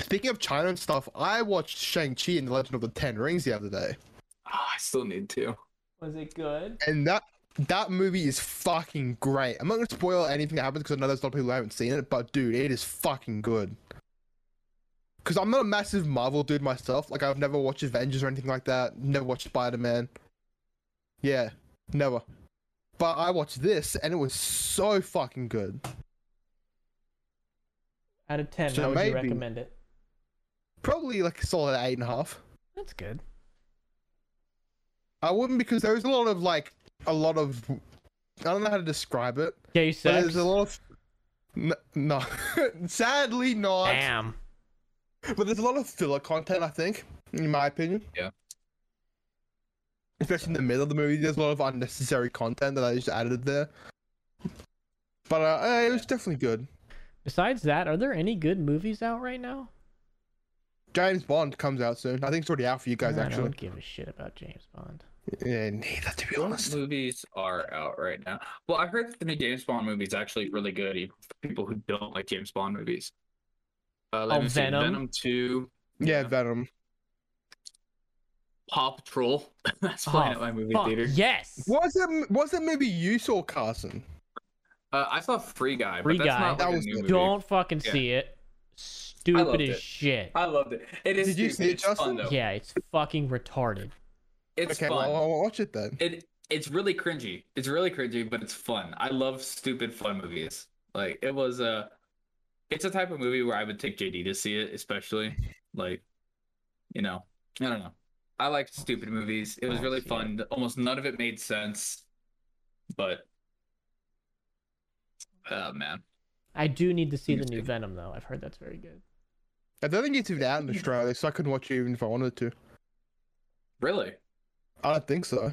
Speaking of China and stuff, I watched Shang Chi and the Legend of the Ten Rings the other day,
Ah, I still need to.
Was it good?
and that that movie is fucking great. I'm not gonna spoil anything that happens because I know there's a lot of people who haven't seen it, but dude, it is fucking good. Because I'm not a massive Marvel dude myself. Like I've never watched Avengers or anything like that. Never watched Spider Man. Yeah, never. But I watched this and it was so fucking good.
Out of ten,
So
how would you
maybe-
recommend it?
Probably like a solid eight and a half.
That's good.
I wouldn't because there's a lot of like a lot of I don't know how to describe it.
Gay
But
sex.
there's a lot of N- no, sadly not.
Damn.
But there's a lot of filler content, I think, in my opinion.
Yeah.
Especially in the middle of the movie, there's a lot of unnecessary content that I just added there. But uh, uh, it was definitely good.
Besides that, are there any good movies out right now?
James Bond comes out soon. I think it's already out for you guys,
I
actually.
don't give a shit about James Bond.
Yeah, neither, to be
What
honest.
movies are out right now? Well, I heard that the new James Bond movie is actually really good, even for people who don't like James Bond movies. Uh, let
Oh,
me see,
Venom?
Venom 2,
Yeah,
Yeah.
Venom.
Paw Patrol. That's playing
Oh,
at my movie
Fuck,
theater.
yes.
Was that, was that maybe you saw, Carson?
Uh, I saw Free Guy,
Free
but that's
Guy.
not
That
like
was
a new
good.
movie.
Don't fucking
Yeah.
see it.
I loved
Stupid as
it.
shit.
I loved it. It is.
Did you
stupid.
see it,
It's fun
Justin?
though.
Yeah, it's fucking retarded.
It's
okay,
fun.
well, I'll watch it then.
It it's really cringy. It's really cringy, but it's fun. I love stupid fun movies. Like it was a, it's a type of movie where I would take JD to see it, especially like, you know, I don't know. I like stupid movies. It was really fun. Almost none of it made sense, but oh man,
I do need to see the new
Interesting.
Venom though. I've heard that's very good.
I don't think it's even out in Australia, so I couldn't watch it even if I wanted to.
really?
I don't think so.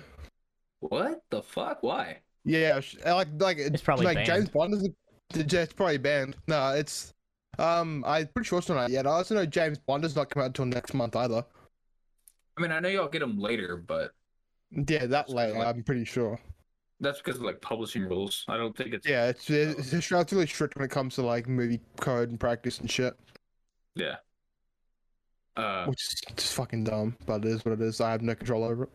What the fuck? Why?
Yeah, sh- like like
It's probably
like
banned.
James Bond is yeah, it's probably banned. No, it's um I'm pretty sure it's not out yet. I also know James Bond does not come out until next month either.
I mean, I know y'all get them later, but
Yeah, that late.
Like-
I'm pretty sure.
that's because of like publishing rules. I don't think it's
Yeah, it's it's Australia's really strict when it comes to like movie code and practice and shit,
yeah. Uh,
which is just fucking dumb. But it is what it is. I have no control over it.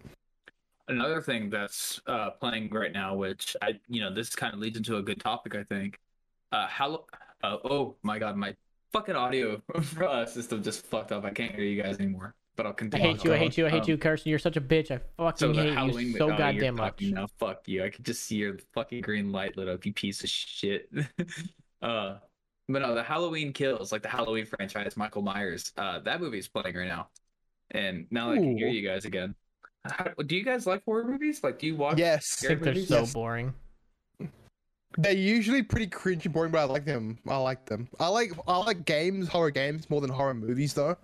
another thing that's uh, playing right now, which I, you know, this kind of leads into a good topic, I think. Uh, how? Uh, oh my god, my fucking audio uh, system just fucked up. I can't hear you guys anymore. But I'll
I
continue.
hate you. I hate you. I hate
Um,
you, Carson. You're such a bitch. I
So
fucking
the
hate
Halloween
you so
without your
goddamn much.
fucking- No, fuck you. I could just see your fucking green light lit up, you piece of shit. uh, but no, the Halloween kills, like the Halloween franchise, Michael Myers. Uh, that movie is playing right now, and now that I can hear
Ooh.
you guys again. How, do you guys like horror movies? Like, do you watch?
Yes,
I think they're
Yes.
so boring.
they're usually pretty cringe and boring, but I like them. I like them. I like I like games, horror games more than horror movies though.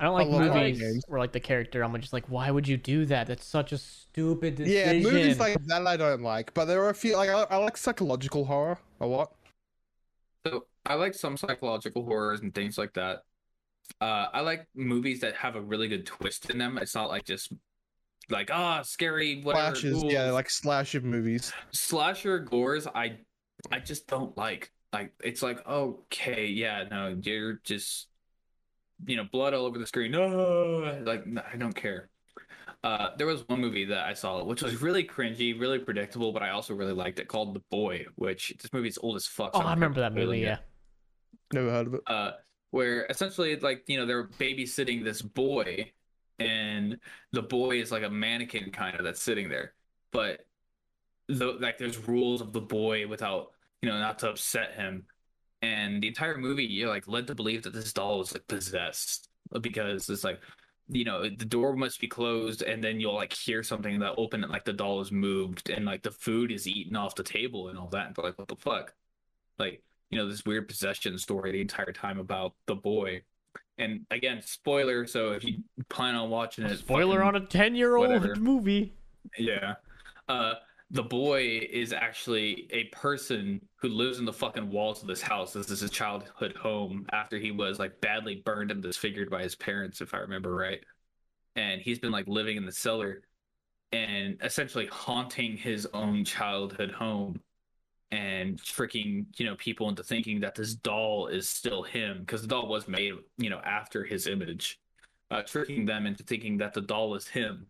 I don't like
love
horror
movies
games.
where like the character. I'm just like, why would you do that? That's such a stupid decision.
Yeah, movies like that I don't like, but there are a few like I, I like psychological horror a lot.
So I like some psychological horrors and things like that. Uh, I like movies that have a really good twist in them. It's not like just like ah scary whatever.
Slashes,
ghouls.
yeah, like slasher movies.
slasher gores. I I just don't like. Like it's like okay, yeah, no, you're just you know blood all over the screen. No, like no, I don't care. Uh, there was one movie that I saw, which was really cringy, really predictable, but I also really liked it, called The Boy. Which this movie's old as fuck. so
oh,
I'm
I remember that
spoiling
movie.
it
Yeah,
Never heard of it.
uh, where essentially like you know they're babysitting this boy and the boy is like a mannequin kind of that's sitting there but the, like there's rules of the boy without you know not to upset him and the entire movie you're like led to believe that this doll is like possessed because it's like you know the door must be closed and then you'll like hear something that open and like the doll is moved and like the food is eaten off the table and all that and they're like what the fuck like you know this weird possession story the entire time about the boy and again spoiler so if you plan on watching it
spoiler
fucking-
on a ten-year-old
whatever.
movie.
yeah. Uh, the boy is actually a person who lives in the fucking walls of this house. This is his childhood home after he was like badly burned and disfigured by his parents, if I remember right. And he's been like living in the cellar and essentially haunting his own childhood home and tricking, you know, people into thinking that this doll is still him because the doll was made, you know, after his image, uh, tricking them into thinking that the doll is him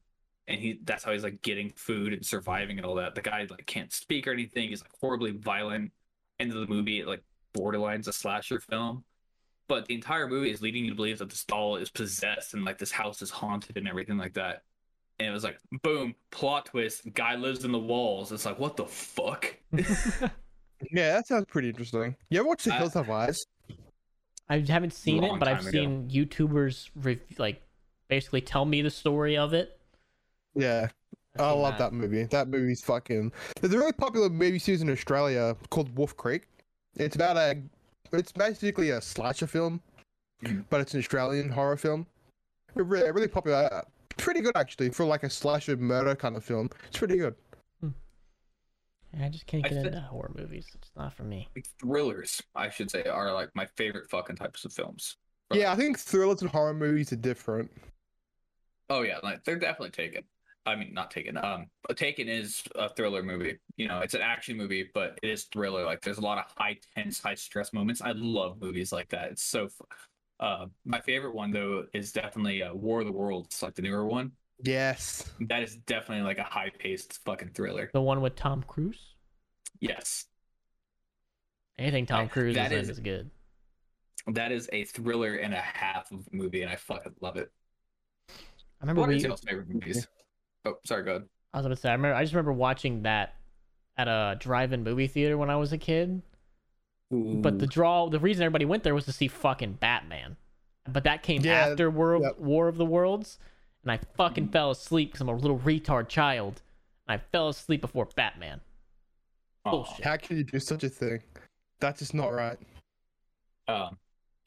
and he that's how he's like getting food and surviving and all that. The guy like can't speak or anything. He's like horribly violent. End of the movie, it like borderlines a slasher film. But the entire movie is leading you to believe that this doll is possessed and like this house is haunted and everything like that. And it was like boom, plot twist. Guy lives in the walls. It's like what the fuck.
Yeah, that sounds pretty interesting. You ever watch The
I-
Hills Have Eyes?
I haven't seen it,
Long
but I've
time ago.
seen YouTubers rev- like basically tell me the story of it.
Yeah,
I've
I
seen
love that. movie. That movie's fucking. There's a really popular movie series in Australia called Wolf Creek. It's about a. It's basically a slasher film,
Mhm.
but it's an Australian horror film. It really, really popular. uh, Pretty good actually for like a slasher murder kind of film. It's pretty good.
I just can't
I
get
said-
into horror movies. It's not for me.
Thrillers, I should say, are like my favorite fucking types of films. But-
Yeah, I think thrillers and horror movies are different.
Oh yeah, like they're definitely taken. I mean, not taken. Um, but Taken is a thriller movie. You know, it's an action movie, but it is thriller. Like, there's a lot of high tense, high stress moments. I love movies like that. It's so. Fun. Uh, my favorite one though is definitely uh, War of the Worlds, like the newer one.
Yes.
That is definitely like a high paced fucking thriller.
The one with Tom Cruise.
Yes,
Anything Tom
I-
Cruise
that
is, in
is-
is good.
that is a thriller and a half of movie, and I fucking love it.
I remember
What are
we,
y'all's favorite movies? Oh, sorry, go ahead.
I was gonna say I remember I just remember watching that at a drive-in movie theater when I was a kid. But the draw, the reason everybody went there was to see fucking Batman. But that came
Yeah,
after War of,
yep.
War of the Worlds, and I fucking fell asleep because I'm a little retard child. And I fell asleep before Batman.
Aw.
Bullshit.
How can you do such a thing? That's just not right.
Um,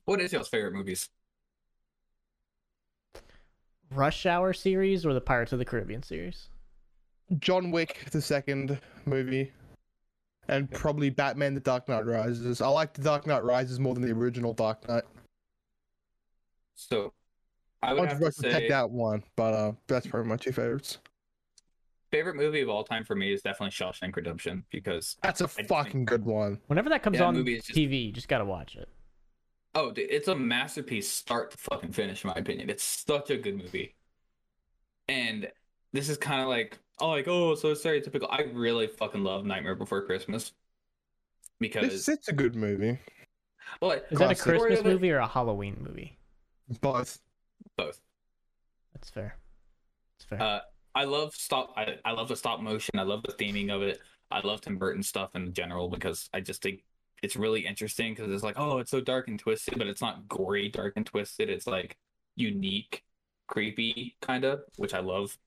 what is y'all's favorite movies?
Rush Hour series or the Pirates of the Caribbean series?
John Wick, the second movie, and probably Batman: The Dark Knight Rises. I like The Dark Knight Rises more than the original Dark Knight.
So, I would have to
Controversial
say
take that one, but uh, that's probably my two favorites.
favorite movie of all time for me is definitely Shawshank Redemption because
That's a
think-
fucking good one.
Whenever that comes
Yeah, that
on
movie is just-
TV, you just gotta watch it.
oh, dude, it's a masterpiece start to fucking finish in my opinion. It's such a good movie, and this is kind of like oh like oh so stereotypical. I really fucking love Nightmare Before Christmas
It's,
because
it's a good movie.
well, like,
Is
Classic.
that a Christmas
Story of it-
movie or a Halloween movie?
Both.
both.
That's fair. That's fair.
Uh, I love stop. I, I love the stop motion. I love the theming of it. I love Tim Burton stuff in general because I just think it's really interesting because it's like, oh, it's so dark and twisted, but it's not gory, dark and twisted. It's like unique, creepy, kind of, which I love.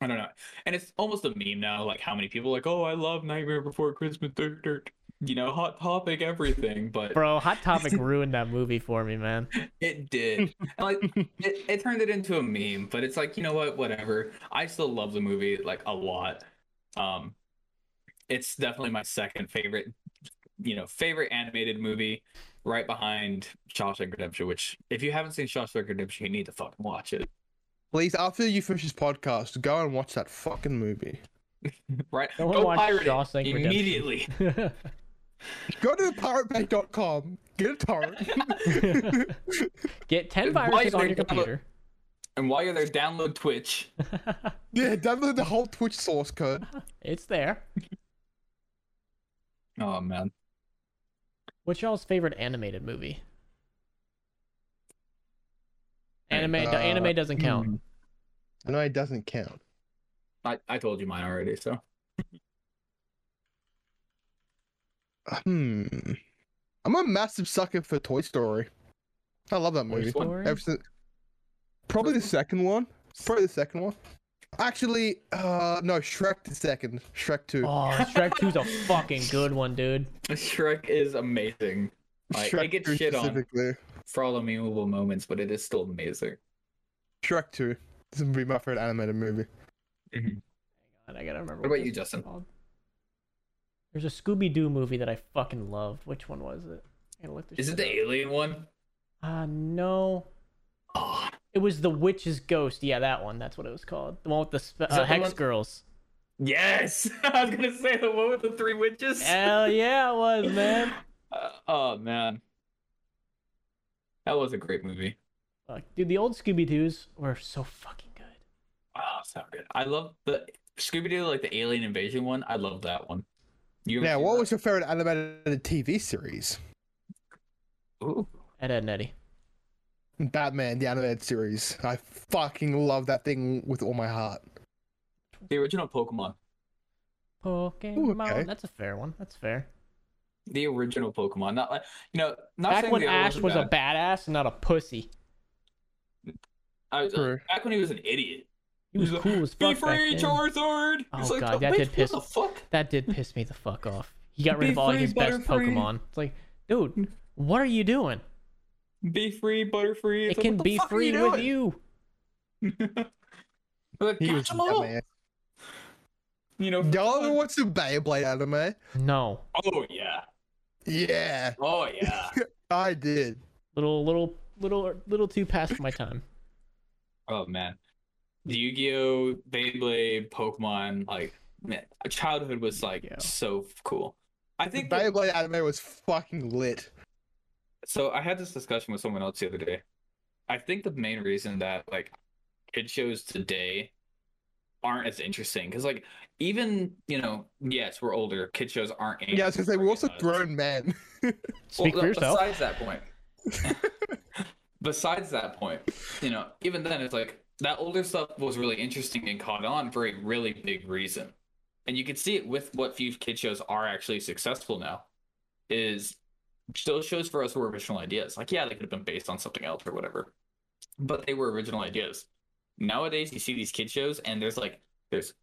I don't know, and it's almost a meme now. Like how many people are like, oh, I love Nightmare Before Christmas, dirt, dirt, you know, hot topic, everything. But
Bro, Hot Topic ruined that movie for me, man.
it did. And, like it, it turned it into a meme, but it's like, you know what, whatever. I still love the movie like a lot. Um it's definitely my second favorite, you know, favorite animated movie right behind Shawshank Redemption, which if you haven't seen Shawshank Redemption, you need to fucking watch it.
Please, after you finish this podcast, go and watch that fucking movie.
Right?
Don't
Go
watch
pirate it
Shawshank Redemption.
immediately.
Go to piratebay.com, get a torrent.
Get 10
Why
viruses
is
on
there
your
double-
computer.
And while you're there, download Twitch.
yeah, download the whole Twitch source code.
It's there.
Oh man.
What's y'all's favorite animated movie? Anime,
Uh,
anime doesn't count.
I know it doesn't count.
I, I told you mine already, so
Hmm. I'm a massive sucker for Toy Story. I love that
Toy
movie.
Story?
Ever since- probably the second one. Probably the second one. Actually, uh, no, Shrek the second. Shrek 2.
Oh, Shrek 2's a fucking good one, dude.
Shrek is amazing. Like,
Shrek
it gets shit on.
specifically.
for all the memorable moments, but it is still amazing.
Shrek 2. This would be my favorite animated movie.
God, I gotta remember.
What about
this
you,
is
Justin?
called. There's a Scooby Doo movie that I fucking loved. Which one was it? I gotta look this
Is it
shit
the
up.
alien one?
Uh, no.
Oh,
It was The Witch's Ghost. Yeah, that one. That's what it was called. The one with the sp-
that
uh,
the
Hex
one-
Girls.
yes! I was gonna say the one with the three witches.
Hell yeah, it was, man.
Uh, oh man, that was a great movie.
Fuck, dude, the old Scooby Doo's were so fucking good.
Oh, so good. I love the Scooby Doo, like the alien invasion one. I love that one. You
Now, what was your favorite animated TV series?
Ooh.
Ed, Ed, and Eddie.
Batman, the animated series. I fucking love that thing with all my heart.
the original Pokemon?
Pokemon.
okay.
That's a fair one. That's fair.
The original Pokemon, not like you know, not
Back
saying
when
the other
Ash was
bad.
a badass and not a pussy.
I was,
True.
back when he was an idiot.
He was
like,
cool as
Be
fuck back
free,
then.
Charizard!
Oh,
It's like,
God,
the-
that
wait,
did piss-
What the fuck?
That did piss me the fuck off. He got rid
Be
of all
free,
his best
Butterfree.
Pokemon. It's like, dude, what are you doing?
Be free, Butterfree.
it
It's like,
can
what the
be
fuck are
free with you.
Like,
He was
catch 'em all.
Batman.
You know.
Y'all ever watch the Beyblade anime?
No,
Oh yeah.
Yeah,
Oh yeah.
I did.
little little little little too past my time.
Oh man, Yu-Gi-Oh, Beyblade, Pokemon, like man, childhood was like
Yeah.
so f- cool. I
The
think that-
Beyblade anime was fucking lit.
so. I had this discussion with someone else the other day. I think the main reason that like kid shows today aren't as interesting because like even you know yes we're older kid shows aren't
Yeah, I was gonna say we're also grown men.
Speak
Well,
for
no,
yourself.
Besides that point, besides that point, you know, even then, it's like that older stuff was really interesting and caught on for a really big reason, and you can see it with what few kid shows are actually successful now. Is still shows for us were original ideas. Like, yeah, they could have been based on something else or whatever, but they were original ideas. Nowadays, you see these kid shows, and there's like there's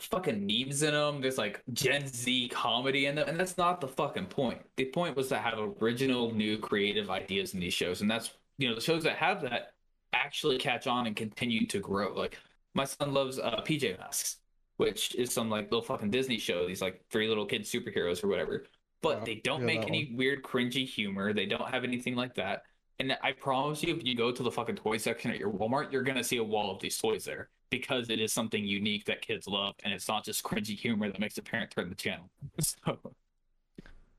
fucking memes in them. There's like Gen Z comedy in them, and that's not the fucking point. The point was to have original, new, creative ideas in these shows, and that's you know the shows that have that actually catch on and continue to grow. Like my son loves uh, PJ Masks, which is some like little fucking Disney show. These like three little kid superheroes or whatever, but
Yeah,
they don't
yeah,
make
that
any weird, cringy humor. They don't have anything like that. And I promise you, if you go to the fucking toy section at your Walmart, you're gonna see a wall of these toys there because it is something unique that kids love, and it's not just cringy humor that makes a parent turn the channel. So,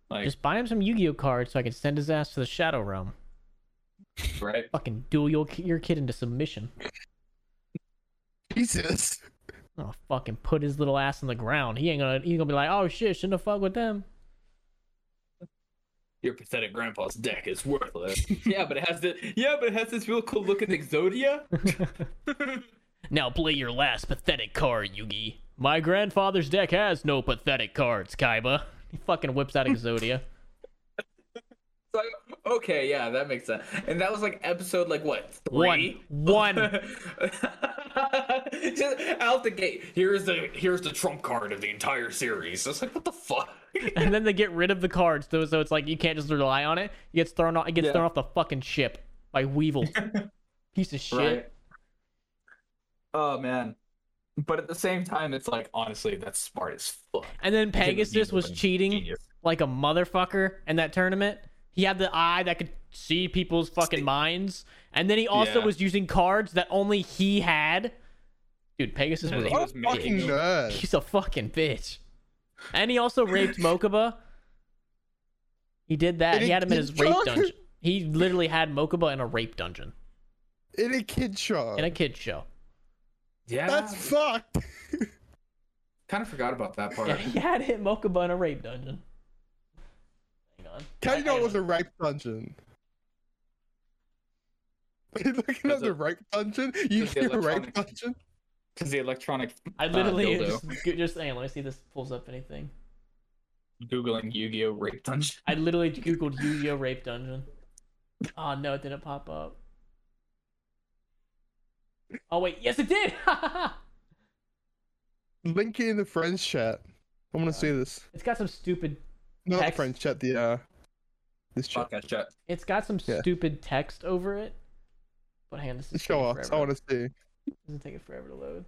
like,
Just buy him some Yu-Gi-Oh cards so I can send his ass to the Shadow Realm.
right?
Fucking duel your, your kid into submission.
Jesus.
Oh, fucking put his little ass on the ground. He ain't gonna. He gonna be like, oh shit, shouldn't have fucked with them.
Your pathetic grandpa's deck is worthless. yeah, but it has the yeah, but it has this real cool looking Exodia.
Now play your last pathetic card, Yugi. My grandfather's deck has no pathetic cards, Kaiba. He fucking whips out Exodia.
It's like, okay, yeah, that makes sense. And that was like episode like what
one,
three.
one.
Just out the gate. Here's the here's the trump card of the entire series. It's like what the fuck.
and then they get rid of the cards, so, so it's like you can't just rely on it. It gets thrown off. It gets
Yeah.
thrown off the fucking ship by Weevil. Piece of shit.
Oh man. But at the same time, it's like honestly, that's smart as fuck.
And then Pegasus
Weevil
was
and
cheating
Genius.
like a motherfucker in that tournament. He had the eye that could see people's fucking minds, and then he also
Yeah.
was using cards that only he had. Dude, Pegasus
Yeah,
was
he
a
What a
was made.
fucking nerd.
He's a fucking bitch. And he also raped Mokuba. He did that.
Did
he
he-
had him in
did
his rape
John-
dungeon. He literally had Mokuba in a rape dungeon
In a kid show.
in a kids show.
Yeah,
That's fucked.
kind of forgot about that part.
Yeah, he had hit Mokuba in a rape dungeon. Hang on.
How do you know it
Hang
was
on.
a rape dungeon? Are you looking at
Does
the
it-
rape dungeon? You
does the
see a rape
electronic-
dungeon?
Because the electronic
I literally
Uh,
just,
dildo.
just hang on, let me see if this pulls up anything.
googling Yu-Gi-Oh rape dungeon.
I literally googled Yu-Gi-Oh rape dungeon. Oh no, it didn't pop up. Oh wait, yes it did!
Link it in the friends chat. I want to see this.
it's got some stupid
No, not the
text.
friends chat. The uh, this chat.
Podcast chat.
It's got some
Yeah.
stupid text over it. But hang on, this is
Show
taking
us. I
forever.
want to see.
It doesn't take it forever to load.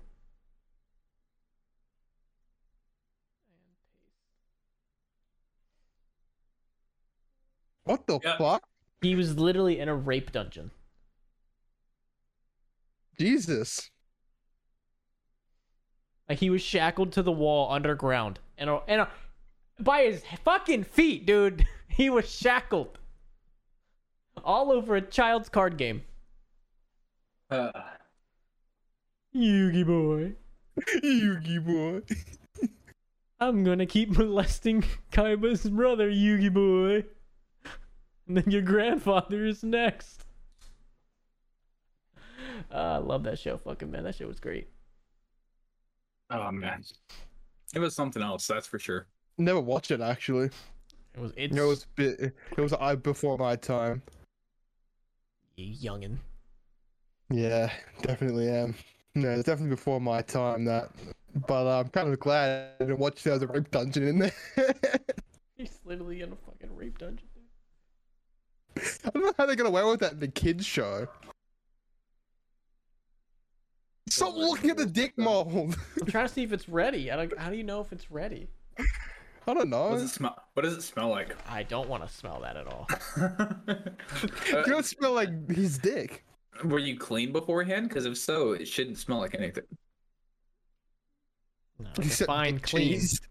What the
Yeah.
fuck?
He was literally in a rape dungeon.
Jesus.
Like he was shackled to the wall underground and a, and a, by his fucking feet, dude. He was shackled all over a child's card game.
Uh,
Yugi boy,
Yugi boy.
I'm gonna keep molesting Kaiba's brother, Yugi boy. And then your grandfather is next. Uh, I love that show, fucking man. That show was great.
oh man, it was something else. That's for sure.
Never watch it actually.
It was it's
It was a bit. It was I before my time.
you youngin.
Yeah, definitely am. No, it's definitely before my time that. But uh, I'm kind of glad I didn't watch there was a rape dungeon in there. I
He's literally in a fucking rape dungeon. dude.
don't know how they got away with that in the kids show. Stop looking at the dick mold.
I'm trying to see if it's ready. I don't, how do you know if it's ready?
I don't know.
What does it smell? What does it smell like?
I don't want to smell that at all.
You
Uh,
don't smell like his dick.
were you clean beforehand? Because if so, it shouldn't smell like anything.
No,
Except
fine,
dick
clean.
cheese.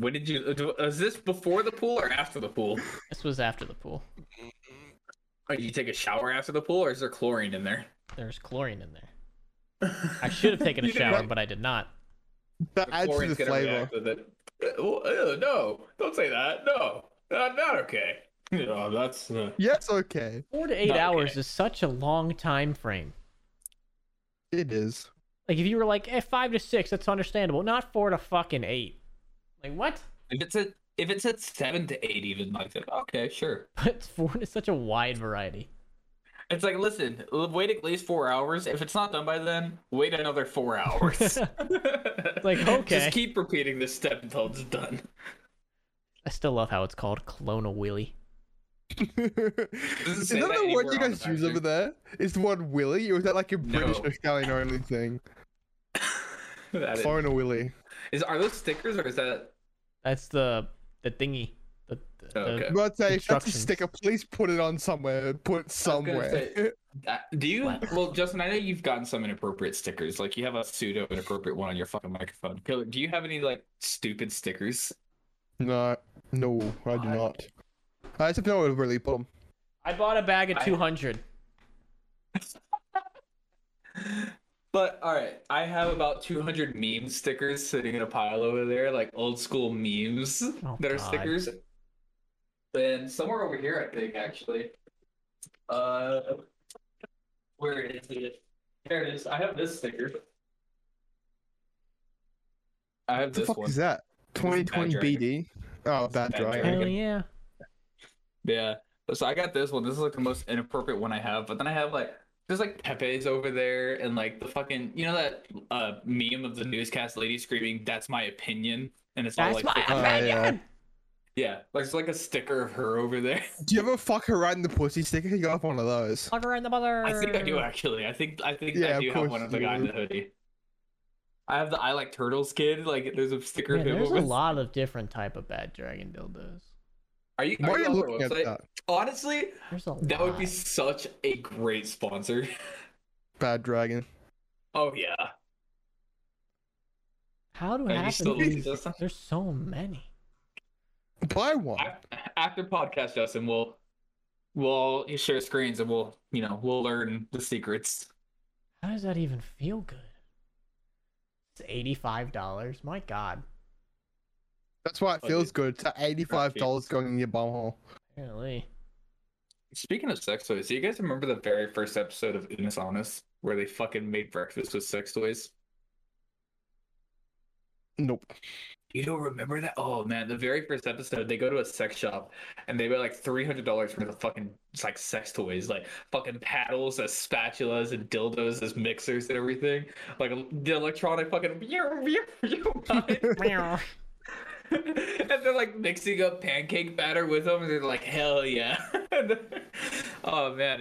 when did you? Is this before the pool or after the pool?
This was after the pool.
Oh, you take a shower after the pool, or is there chlorine in there?
There's chlorine in there. I should have taken a
You didn't
shower,
know.
but I did not.
That adds to
Chlorine's
the
gonna
flavor.
react with it. Uh, well, ew, no, don't say that. No, not, not okay. You know, that's. Uh...
Yes, okay.
Four to eight
Not okay.
hours is such a long time frame.
It is.
Like if you were like eh, five to six, that's understandable. Not four to fucking eight. Like what?
If it's at if it's at seven to eight, even like that, okay, sure.
But it's four is such a wide variety.
It's like, listen, l- wait at least four hours. If it's not done by then, wait another four hours.
Like, okay.
just keep repeating this step until it's done.
I still love how it's called Kelowna Willy.
is that
say
the
that
word
anywhere
you
on
guys
the
use
menu.
over there? Is the word Willy, or is that like a
No.
British Australian only thing?
That is-
Foreigner Willy.
is, are those stickers or is that oh,
That's the the thingy. The, the, the-
Okay.
But say if that's a
Instructions.
sticker, please put it on somewhere. Put it
I was gonna
somewhere.
say, that- Uh, do you? Well, Justin, I know you've gotten some inappropriate stickers. Like you have a pseudo inappropriate one on your fucking microphone. Killer, Do you have any like stupid stickers?
no, no, I do
I-
not. Uh, I just know it really put 'em.
I bought a bag of
I-
two hundred.
But all right, I have about 200 meme stickers sitting in a pile over there, like old school memes
Oh,
that are
God.
stickers. And somewhere over here, I think actually, uh, where is it? There it is. I have this sticker. I have
What the
this
fuck
one.
is that?
is Bad
2020
Dragon.
BD. Oh, bad
Bad
drive.
Dragon.
Hell
good.
yeah.
Yeah. So I got this one. This is like the most inappropriate one I have. But then I have like there's like Pepe's over there and like the fucking you know that uh meme of the newscast lady screaming, That's my opinion. And it's all
That's
like
my
fake-
Oh, yeah.
opinion.
Yeah. Like it's like a sticker of her over there.
Do you ever fuck her right in the pussy sticker? You got one of those.
Fuck her in the mother.
I think I do actually. I think I think
Yeah,
I
of
do have
course
one of the
you
guy in
do.
the hoodie. I have the I like turtles kid, like there's a sticker
Man,
of him
there's a
over
lot of different type of bad dragon dildos.
Are you,
Why
are
are
you
you
on their
looking at
website?
that?
Honestly,
There's a lot.
that would be such a great sponsor.
Bad dragon.
Oh yeah.
How do
Are you
half
still
of these?
looking, Justin?
There's so many.
Buy one.
Af- after podcast, Justin, we'll we'll all share screens and we'll you know we'll learn the secrets.
How does that even feel good? It's eighty-five dollars. My God.
That's why it
Oh,
feels
dude.
good. It's eighty-five dollars going in your bumhole.
Apparently.
Speaking of sex toys, do you guys remember the very first episode of Unis Honest where they fucking made breakfast with sex toys?
Nope.
You don't remember that? Oh man, the very first episode, they go to a sex shop and they buy like three hundred dollars worth of fucking it's like sex toys, like fucking paddles, as spatulas, and dildos, as mixers, and everything. Like the electronic fucking.
Meow.
and they're like mixing up pancake batter with them, and they're like, hell yeah. And then- oh man,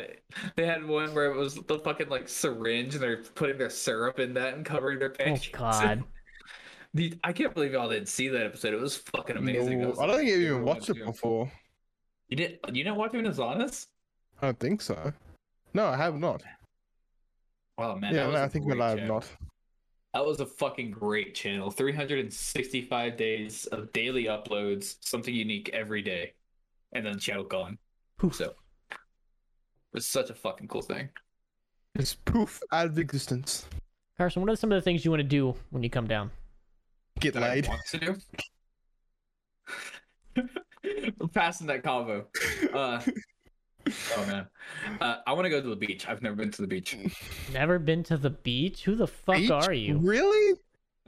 they had one where it was the fucking like syringe, and they're putting their syrup in that and covering their
oh
pancakes.
God.
The- I can't believe y'all didn't see that episode. It was fucking amazing.
No,
was
I don't
like,
think I even
"Dude,
watched it
dude."
before.
You didn't? You didn't watch Unis Honest?
I don't think so. No, I have not.
Oh man,
yeah,
that was
no,
a
I think
great
that I have
channel.
not.
That was a fucking great channel. 365 days of daily uploads, something unique every day, and then channel gone.
Poof.
So it was such a fucking cool thing.
It's poof out of existence.
Carson, what are some of the things you want to do when you come down?
Get
that I
laid.
want to do. We're passing that combo. Uh, oh man, uh, I want to go to the beach. I've never been to the beach.
Never been to the beach? Who the fuck
Beach?
are you?
Really?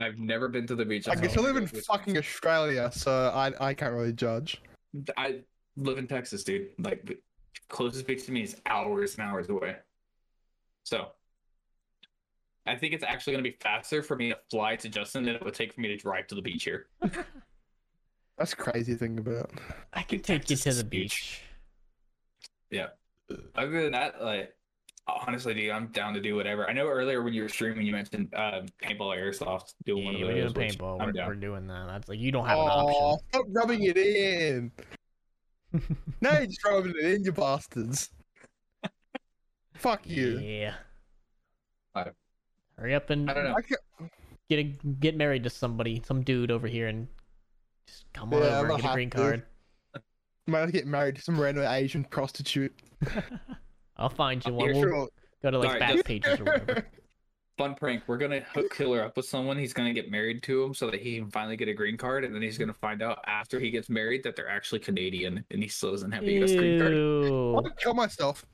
I've never been to the beach.
I
That's
guess I
why
live
wanna
in
go to Wisconsin.
fucking Australia, so I I can't really judge.
I live in Texas, dude. Like the closest beach to me is hours and hours away. So I think it's actually gonna be faster for me to fly to Justin than it would take for me to drive to the beach here.
That's a crazy thing about.
I can take you to
Texas
the
beach.
beach.
Other than that, like honestly, dude, I'm down to do whatever. I know earlier when you were streaming, you mentioned uh, paintball airsoft. Doing one of
Yeah, we're
those.
doing
which
paintball.
I'm
We're,
down.
we're doing that. That's like you don't have an
Aw,
option.
stop rubbing it in. now you're just rubbing it in, you bastards. Fuck you.
Yeah.
Alright.
Hurry up and
I don't know.
I can't-
get a, get married to somebody, some dude over here, and just come on
Yeah, I'm
over
gonna
and get a
have
green
to.
card.
might get married to some random Asian prostitute.
I'll find you one.
Yeah,
We'll go to like
Alright, just-
Backpages or whatever.
Fun prank. We're gonna hook Killer up with someone. He's gonna get married to him so that he can finally get a green card, and then he's gonna find out after he gets married that they're actually Canadian, and he still doesn't have a U.S. green card.
Ew.
I'm gonna kill myself.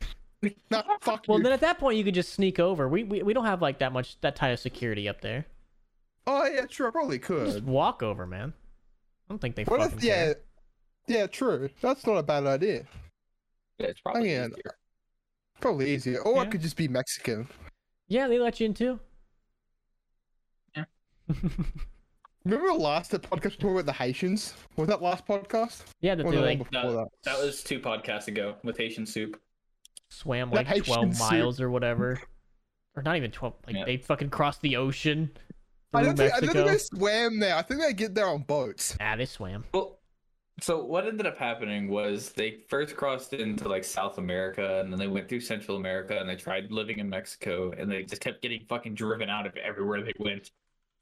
Nah, fuck
Well,
you.
then at that point you could just sneak over. We, we we don't have like that much that tight of security up there.
Oh yeah, true. I probably
Just
could.
walk over, man. I don't think they
What
fucking
if?
care.
Yeah, yeah, true. That's not a bad idea.
Yeah, it's probably
Hang on.
easier.
Probably easier. Or I
Yeah.
could just be Mexican.
Yeah, they let you in too.
Yeah.
Remember the last podcast we talked about the Haitians? Was that last podcast?
yeah, that
Or
they
the one
like
before that?
That was two podcasts ago with Haitian soup.
swam
That
like
Haitian
12
suit.
miles or whatever. Or not even 12. Like
Yeah.
they fucking crossed the ocean
I
through
don't, think, I don't
Mexico.
think they swam there. I think they get there on boats.
Nah, they swam.
Well, so what ended up happening was they first crossed into like South America, and then they went through Central America, and they tried living in Mexico, and they just kept getting fucking driven out of everywhere they went.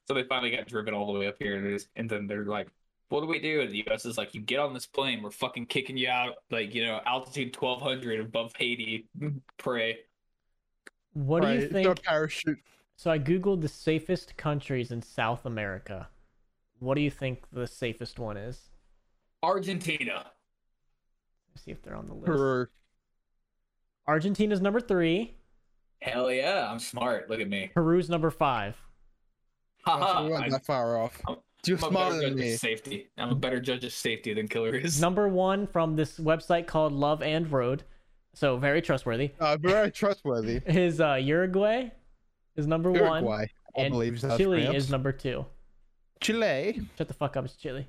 So they finally got driven all the way up here, and, it's- and then they're like, "What do we do?" And the U.S. is like, "You get on this plane. We're fucking kicking you out, like you know, altitude twelve hundred above Haiti. Pray."
What do you
right? No
think?
parachute.
So I googled the safest countries in South America. What do you think the safest one is?
Argentina.
Let's see if they're on the list.
Peru.
Argentina's number 3,
Hell yeah, I'm smart. Look at me.
Peru's number 5. Uh-huh.
Oh, so we
Haha.
weren't
I'm,
that far off.
I'm-
You're
I'm a better
smarter
judge
than
of
me.
safety. I'm a better judge of safety than Killer is.
Number 1 from this website called Love and Road. So very trustworthy.
Uh, very trustworthy.
Is uh Uruguay is number 1
Uruguay, I
and
believe. that's
Chile
pronounced.
is number 2.
Chile.
Shut the fuck up, it's Chile.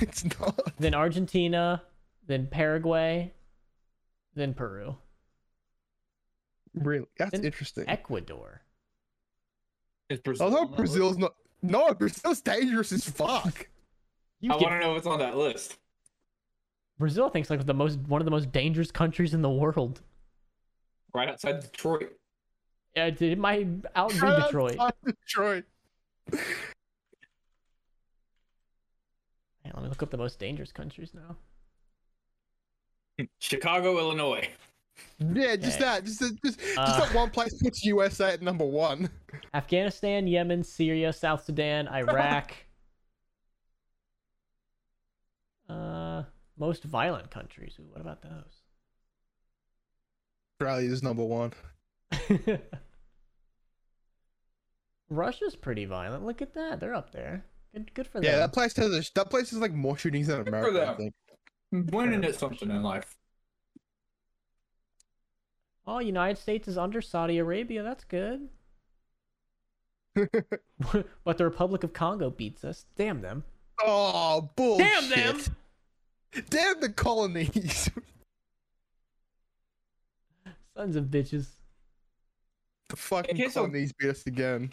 it's not.
then Argentina, then Paraguay, then Peru,
Really? That's
Then
interesting.
Ecuador.
Is Brazil
Although
on that
Brazil's not. No, Brazil's dangerous as fuck.
You
list? I
get-
want to know what's on that list.
Brazil, I think, is like the most one of the most dangerous countries in the world.
Right outside Detroit.
Uh, It, it might outdo
Right
Detroit.
outside Detroit.
Hang on, let me look up the most dangerous countries now.
Chicago, Illinois.
Yeah, just
Okay.
that. Just, that- just, just
Uh,
that one place puts USA at number one.
Afghanistan, Yemen, Syria, South Sudan, Iraq. uh, most violent countries. Ooh, what about
Australia's number one.
those? Russia's pretty violent. Look at that. They're up there. Good, good for
Yeah,
them.
that place has a, that place is like more shootings than
for
America. I
them.
think.
Winning is something in life.
Oh, United States is under Saudi Arabia. That's good. but the Republic of Congo beats us. Damn them.
Oh bullshit!
Damn them.
Damn the colonies!
Sons of bitches.
the fucking
Okay, so-
colonies beat us again.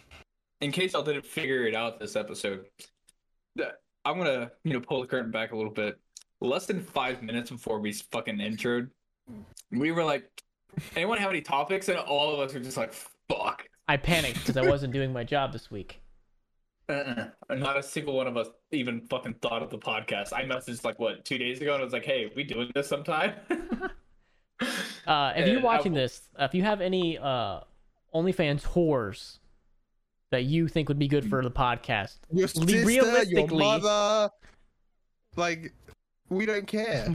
In case y'all didn't figure it out this episode, the- I'm gonna you know pull the curtain back a little bit. Less than five minutes before we fucking introed, we were like, "Anyone have any topics?" And all of us were just like, "Fuck."
I panicked because I wasn't doing my job this week.
Uh-uh. Not a single one of us even fucking thought of the podcast. I messaged like what two days ago, and I was like, "Hey, we doing this sometime?"
Uh, if you're
And I
watching
will-
this, if you have any uh, OnlyFans whores that you think would be good for the podcast,
Your
Le-
sister, your
realistically-
mother, like we don't care.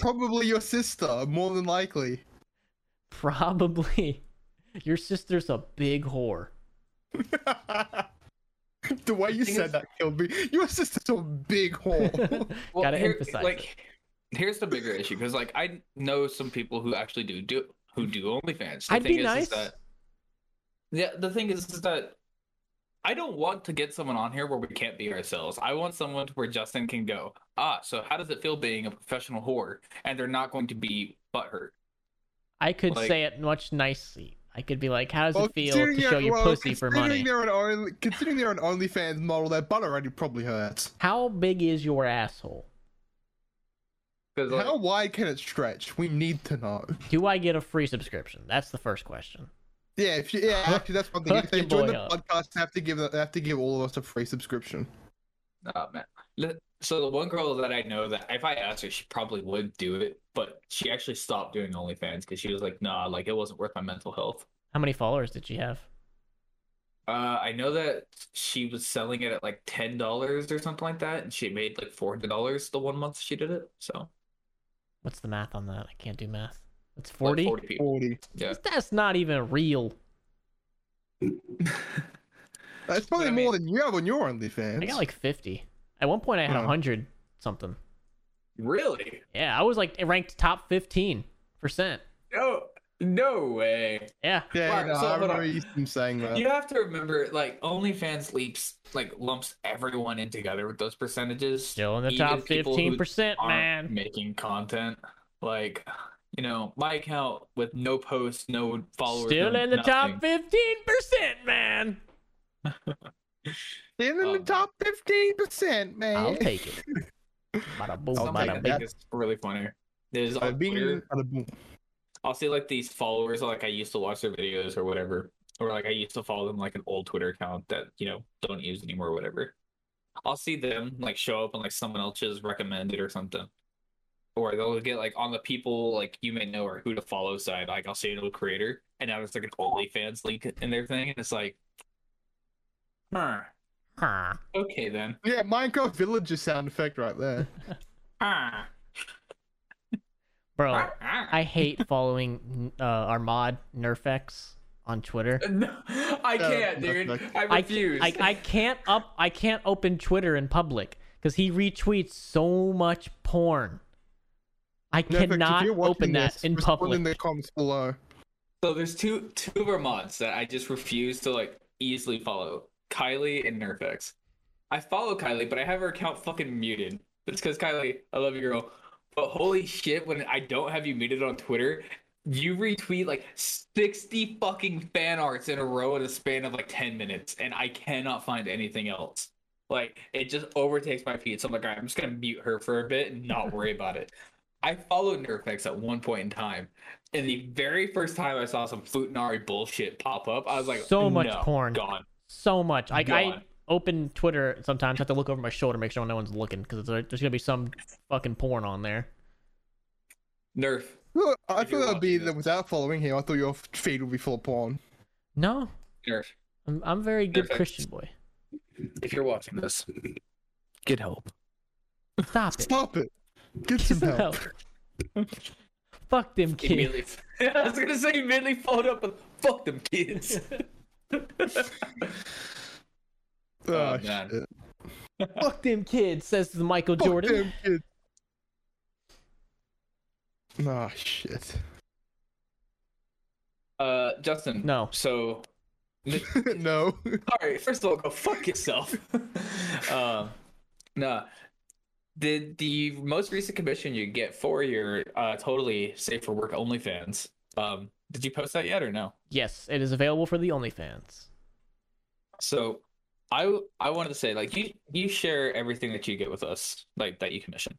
Probably your sister, more than likely.
probably your sister's a big whore.
the way you
thing
said
is-
that killed me. Your sister's a big whore.
Well,
Gotta
here-
emphasize
like,
it.
here's the bigger issue because like I know some people who actually do do who do OnlyFans. The
I'd be
thing is, is
nice.
that- yeah, the thing is, is that I don't want to get someone on here where we can't be ourselves. I want someone to where Justin can go. Ah, so how does it feel being a professional whore? And they're not going to be butthurt.
I could
Like- Oh,
say it much nicely. I could be like, "How does
Well,
it feel
considering
to show
it-
your
well,
pussy for
considering
money?
They're an only, considering they're an OnlyFans model, their butt already probably hurts.
How big is your asshole?
Because like,
How wide can it stretch? We need to know.
Do I get a free subscription?" That's the first question.
Yeah, if you, yeah, actually, that's one thing. If they
Fucking
join
boy
the
up.
podcast, they have to give they have to give all of us a free subscription.
Oh man. Li- So the one girl that I know that if I asked her, she probably would do it, but she actually stopped doing OnlyFans because she was like, nah, like it wasn't worth my mental health.
How many followers did she have?
Uh, I know that she was selling it at like ten dollars or something like that, and she made like four hundred dollars the one month she did it. So
What's the math on that? I can't do math. It's
like,
forty.
forty people.
Forty.
Yeah.
That's not even real.
That's probably
I
more than you have on your OnlyFans.
I got like fifty. At one point, I had
Huh.
hundred something.
Really?
Yeah, I was like ranked top fifteen percent.
No, no way.
Yeah,
yeah,
Alright,
no,
so
I
hold on.
remember you saying
Uh.
that.
You have to remember, like OnlyFans leaps like lumps everyone in together with those percentages.
still in the
even
top
people who
fifteen percent,
aren't
man.
making content. Like, you know, my account with no posts, no followers.
Still
no
in the
nothing.
top fifteen percent, man.
They're in the
Um,
top fifteen percent, man.
I'll take it. Bada boom,
I'll
Something
take
bada
I
it.
boom.
think is really funny. There's
I've
on
been-
Twitter,
I've been-
I'll see like these followers, like I used to watch their videos or whatever, or like I used to follow them like an old Twitter account that you know don't use anymore or whatever. I'll see them like show up on like someone else's recommended or something, or they'll get like on the people like you may know or who to follow side. Like I'll see a little creator, and now there's like an OnlyFans link in their thing, and it's like, huh,
Huh.
okay then,
Yeah, Minecraft Villager sound effect right there.
Huh.
Bro,
Huh. Huh.
I hate following uh, our mod Nerfex on Twitter.
No, I
that's
can't, dude.
not-
I
I,
refuse.
I I can't up I can't open Twitter in public because he retweets so much porn. I
No, in fact, if
cannot
you're watching
open that
this,
in
respond
public.
In the comments below.
So there's two two of our mods that I just refuse to like easily follow. Kylie and Nerfx. I follow Kylie, but I have her account fucking muted. That's because Kylie, I love you, girl. But holy shit, when I don't have you muted on Twitter, you retweet like 60 fucking fan arts in a row in a span of like 10 minutes, and I cannot find anything else. Like it just overtakes my feed. So I'm like, all right, I'm just gonna mute her for a bit and not worry about it. I followed Nerfx at one point in time, and the very first time I saw some Futanari bullshit pop up, I was like,
So much
no,
porn.
gone.
so much. I, I
God.
open Twitter sometimes. Have to look over my shoulder, make sure no one's looking, because there's gonna be some fucking porn on there.
Nerf.
Look, I
If you're
thought that'd be
watching
that
this.
without following him. I thought your feed would be full of porn.
No,
Nerf.
I'm I'm a very good
Nerfex.
Christian boy.
If you're watching this, get help.
Stop it.
Stop it. Get some
Some
help.
help. Fuck them kids.
Immediately. I was gonna say immediately followed up with fuck them kids.
Oh,
Oh, man.
shit.
Fuck them kids, says the Michael Jordan.
Fuck them kids. Oh shit.
uh, Justin.
No.
So,
no.
all right. First of all, go fuck yourself. uh, nah. Did the most recent commission you get for your uh, totally safe for work OnlyFans? Um, did you post that yet or no?
Yes, it is available for the OnlyFans.
So, I I wanted to say like you you share everything that you get with us like that you commission.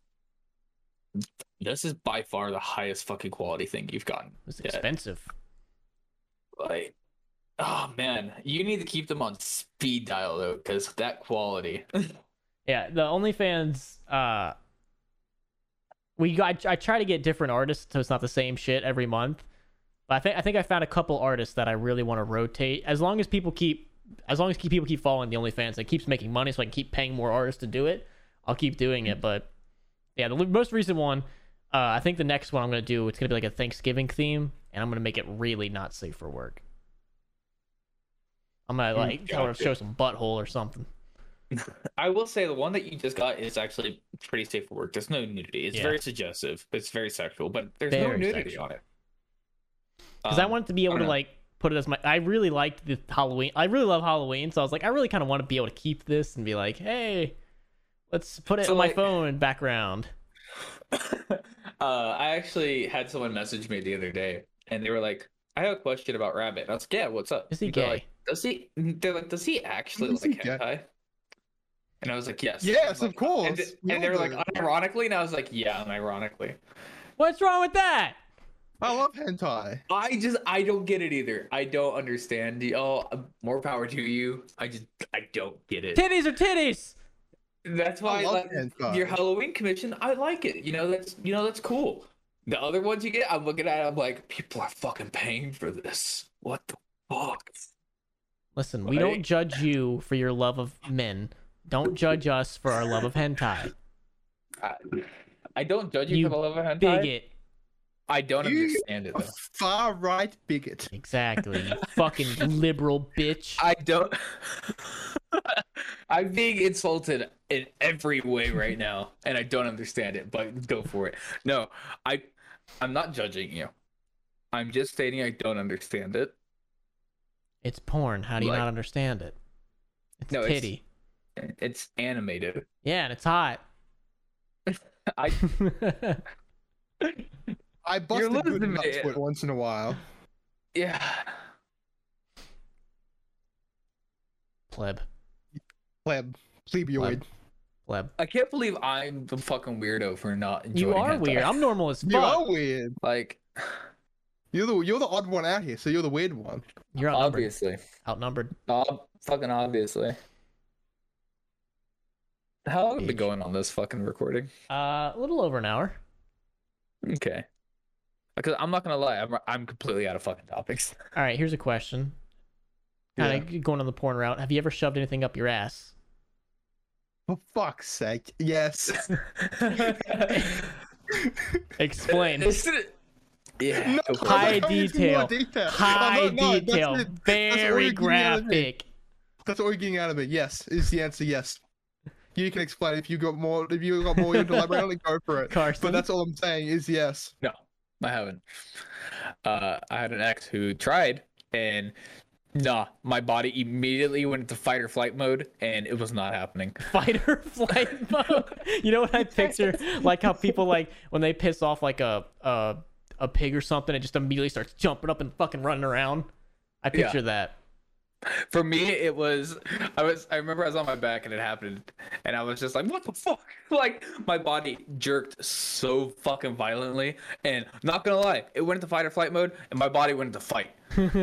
This is by far the highest fucking quality thing you've gotten.
It's
Yeah.
expensive.
like oh man you need to keep them on speed dial though because that quality
Yeah, the OnlyFans. Uh, we got. I try to get different artists, so it's not the same shit every month. But I think I think I found a couple artists that I really want to rotate. As long as people keep, as long as keep, people keep following the OnlyFans, it keeps making money, so I can keep paying more artists to do it. I'll keep doing it. But yeah, the l- most recent one. Uh, I think the next one I'm gonna do. It's gonna be like a Thanksgiving theme, and I'm gonna make it really not safe for work. I'm gonna like sort of
gotcha.
show some butthole or something.
i will say the one that you just got is actually pretty safe for work there's no nudity it's
Yeah.
very suggestive it's very sexual but there's no
Very
nudity
sexual.
on it
because I
Um,
wanted to be
I
able to
dunno.
like put it as my. I really liked the Halloween. I really love Halloween, so I was like, I really kind of want to be able to keep this and be like, hey, let's put it
So,
on my
like-
phone background.
uh, I actually had someone message me the other day, and they were like, "I have a question about Rabbit." I was like, "Yeah, what's up?"
Is he
They're
gay?
like, does he? They're like, "Does he actually
Is
like
he gay?"
hentai?" And I was like, "Yes."
Yes,
I'm
of
like, "Oh." And,
course.
th-
We
and
all
they were like,
do.
"Unironically," and I was like, "Yeah, unironically."
What's wrong with that?
I love hentai.
I just I don't get it either. I don't understand. the- Oh, more power to you. I just I don't get it.
Titties are titties.
That's
I
why I
love
like
hentai.
your Halloween commission. I like it. You know that's you know that's cool. The other ones you get, I'm looking at. it, I'm like, people are fucking paying for this. What the fuck?
Listen, we
Right?
don't judge you for your love of men. Don't judge us for our love of hentai.
I, I don't judge you,
You
for the love of hentai.
Bigot.
I don't
You-
understand it
A
though.
far right bigot.
Exactly. You fucking liberal bitch.
I don't. I'm being insulted in every way right now, and I don't understand it. But go for it. No, I, I'm not judging you. I'm just stating I don't understand it.
It's porn. How do you
Like-
not understand it? It's
No, it's-
titty.
It's animated.
Yeah, and it's hot.
I
I bust a good
listening,
nut
man.
split once in a while.
yeah.
pleb,
Pleb, plebioid.
pleb.
I can't believe I'm the fucking weirdo for not enjoying.
You are
hentai.
weird. I'm normal as fuck.
You are weird.
like
You're the you're the odd one out here, so you're the weird one.
You're outnumbered.
obviously,
Outnumbered.
Ob- fucking obviously. How long have we been
Bitch.
going on this fucking recording?
Uh, a little over an hour.
Okay. Because I'm not gonna lie, I'm I'm completely out of fucking topics.
All right, here's a question. Kind of going on the porn route. Have you ever shoved anything up your ass?
For fuck's sake. Yes.
Explain.
Isn't it- yeah.
No,
go for it.
High
I'm not going into
detail.
more detail. I'm
High
not- no, that's
detail.
it. That's all
Very
you're getting out of me.
graphic.
That's all you're getting out of me. Yes, is the answer. Yes. You can explain if you got more. If you got more, you can elaborate on it. Go for it.
Carson.
But that's all I'm saying is yes.
No, I haven't. Uh, I had an ex who tried, and nah, my body immediately went into fight or flight mode, and it was not happening.
fight or flight mode. You know what I picture? Like how people like when they piss off like a a, a pig or something, it just immediately starts jumping up and fucking running around. I
Yeah.
picture that.
For me, it was I was I remember I was on my back and it happened, and I was just like, "What the fuck!" Like my body jerked so fucking violently, and not gonna lie, it went into fight or flight mode, and my body went into fight.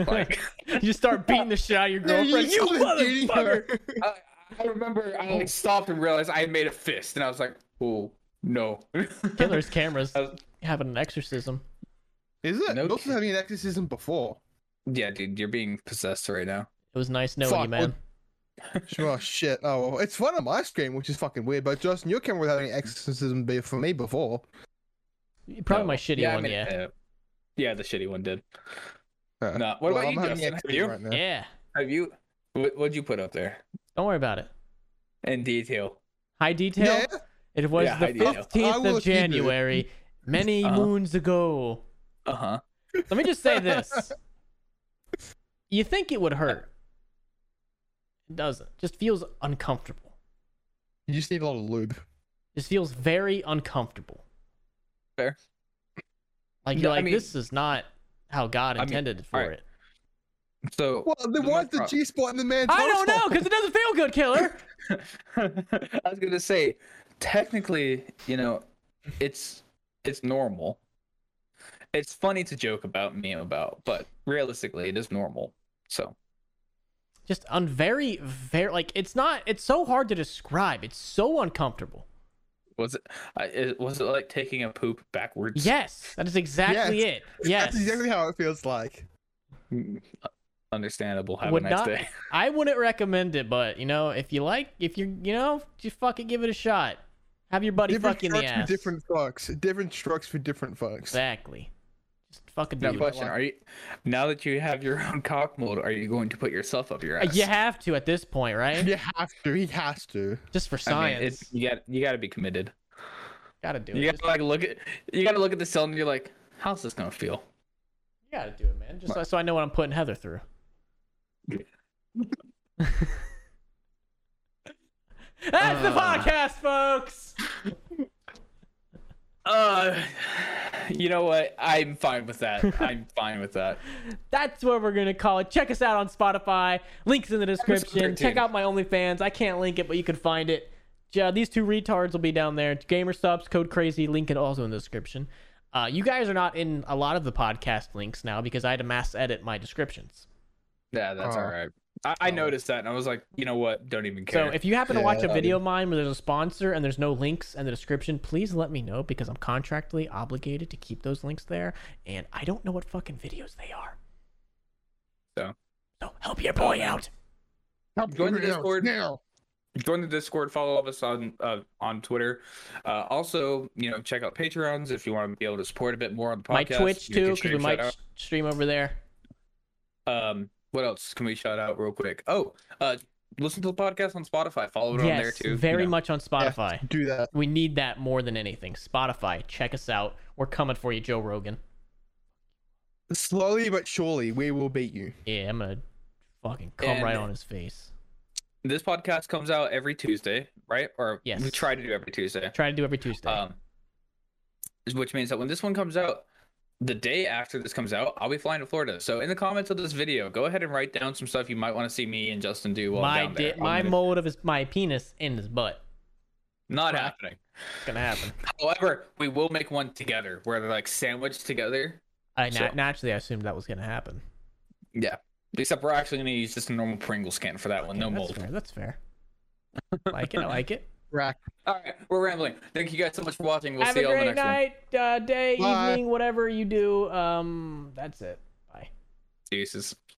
Like
You just start beating the shit out of your girlfriend. You motherfucker!
I, I remember, I like stopped and realized I had made a fist, and I was like, "Oh no!"
Killer's cameras
I was-
having an exorcism.
Is it?
No
Not
kidding.
having an exorcism before.
yeah, dude, you're being possessed right now.
It was nice knowing you,
Fuck,
man.
Oh shit! Oh, well, it's fun on my screen, which is fucking weird. But Justin, your camera was having an exorcism be for me before.
Probably
No.
my shitty
Yeah, I
one,
mean,
yeah.
uh, yeah, the shitty one did.
Uh,
No, what about you, Justin? Have
exorcism
you?
right now.
Yeah.
Have you? What, what'd you put up there
Don't worry about it.
in detail?
High detail.
Yeah,
It was
Yeah,
the
high detail.
I
fifteenth
will
of
keep it.
January, many
Uh-huh.
moons ago.
Uh huh.
Let me just say this. You think it would hurt. It doesn't. Just feels uncomfortable.
you just need a lot of lube.
Just feels very uncomfortable.
Fair.
Like you're
Yeah, I
like,
mean-
this is not how God
I mean,
intended for
alright.
it.
So
Well, then
No
why is the
problem.
G spot in the man's
I don't know,
asshole?
because it doesn't feel good, killer.
I was gonna say, technically, you know, it's it's normal. It's funny to joke about me about, but realistically, it is normal. So
Just on very, very like it's not. It's so hard to describe. It's so uncomfortable.
was it, I- it was it like taking a poop backwards?
Yes, that is exactly
Yes.
it. Yes,
That's exactly how it feels like.
Mm, Understandable. Have
Would
a nice
not-
day.
I wouldn't recommend it, but you know, if you like, if you're, you know, just fucking give it a shot. Have your buddy
Different
fuck you in the
strokes
ass.
for different folks. Different strokes for different folks.
Exactly. Just fucking do
Now,
it.
question: Are you now that you have your own cock mold, are you going to put yourself up your
Uh,
ass?
You have to at this point, right?
You have to. He has to.
Just for
I
science,
mean, it's, you got you got to be committed.
gotta do it.
You
Just-
got to like look at you got to look at the cylinder. You're like, how's this gonna feel?
you gotta do it, man. Just so, so I know what I'm putting Heather through. That's the
Uh.
podcast, folks.
Uh, you know what? I'm fine with that. I'm fine with that.
That's what we're gonna call it. Check us out on Spotify. Links in the description.
13.
Check out my OnlyFans. I can't link it, but you can find it. Yeah, these two retards will be down there. Gamer subs, code crazy. Link it also in the description. Uh, you guys are not in a lot of the podcast links now because I had to mass edit my descriptions.
Yeah, that's
Oh.
all right. I, I
Oh.
noticed that, and I was like, you know what? Don't even care.
So if you happen to watch a
Yeah.
video of mine where there's a sponsor and there's no links in the description, please let me know because I'm contractually obligated to keep those links there, and I don't know what fucking videos they are.
So.
so help your boy out.
Help
Join the
me out
Discord.
now.
join the discord follow us on uh, on twitter uh, also you know check out patreons if you want to be able to support a bit more on the podcast
my Twitch
You can
too, because we
stream
might
shout
s- stream over there.
out. um what else can we shout out real quick oh uh listen to the podcast on spotify follow it on there
Yes,
too you
very
know.
much on Spotify.
Do that.
We need that more than anything. Spotify, check us out. We're coming for you, Joe Rogan.
Slowly but surely, we will beat you.
Yeah, I'm gonna fucking come
And-
right on his face.
this podcast comes out every tuesday right or
Yes.
we try to do every tuesday
Try to do every Tuesday.
um which means that when this one comes out the day after this comes out i'll be flying to florida so in the comments of this video go ahead and write down some stuff you might want to see me and justin do while
my
I'm down there.
di-
I'm
my
gonna-
mold of his my penis in his butt.
Not
Right.
happening.
It's gonna happen.
However, we will make one together where they're like sandwiched together.
I na-
So-
naturally I assumed that was gonna happen.
Yeah. Except we're actually gonna use just a normal Pringles can for that one. Oh, No
Okay, that's
mold.
Fair, that's fair. like it, I like it.
Rack.
All right, we're rambling. Thank you guys so much for watching. We'll
Have
see
a
you all in the
great
next
night,
one.
uh, day,
Bye.
evening, whatever you do. Um, that's it. Bye.
Deuces.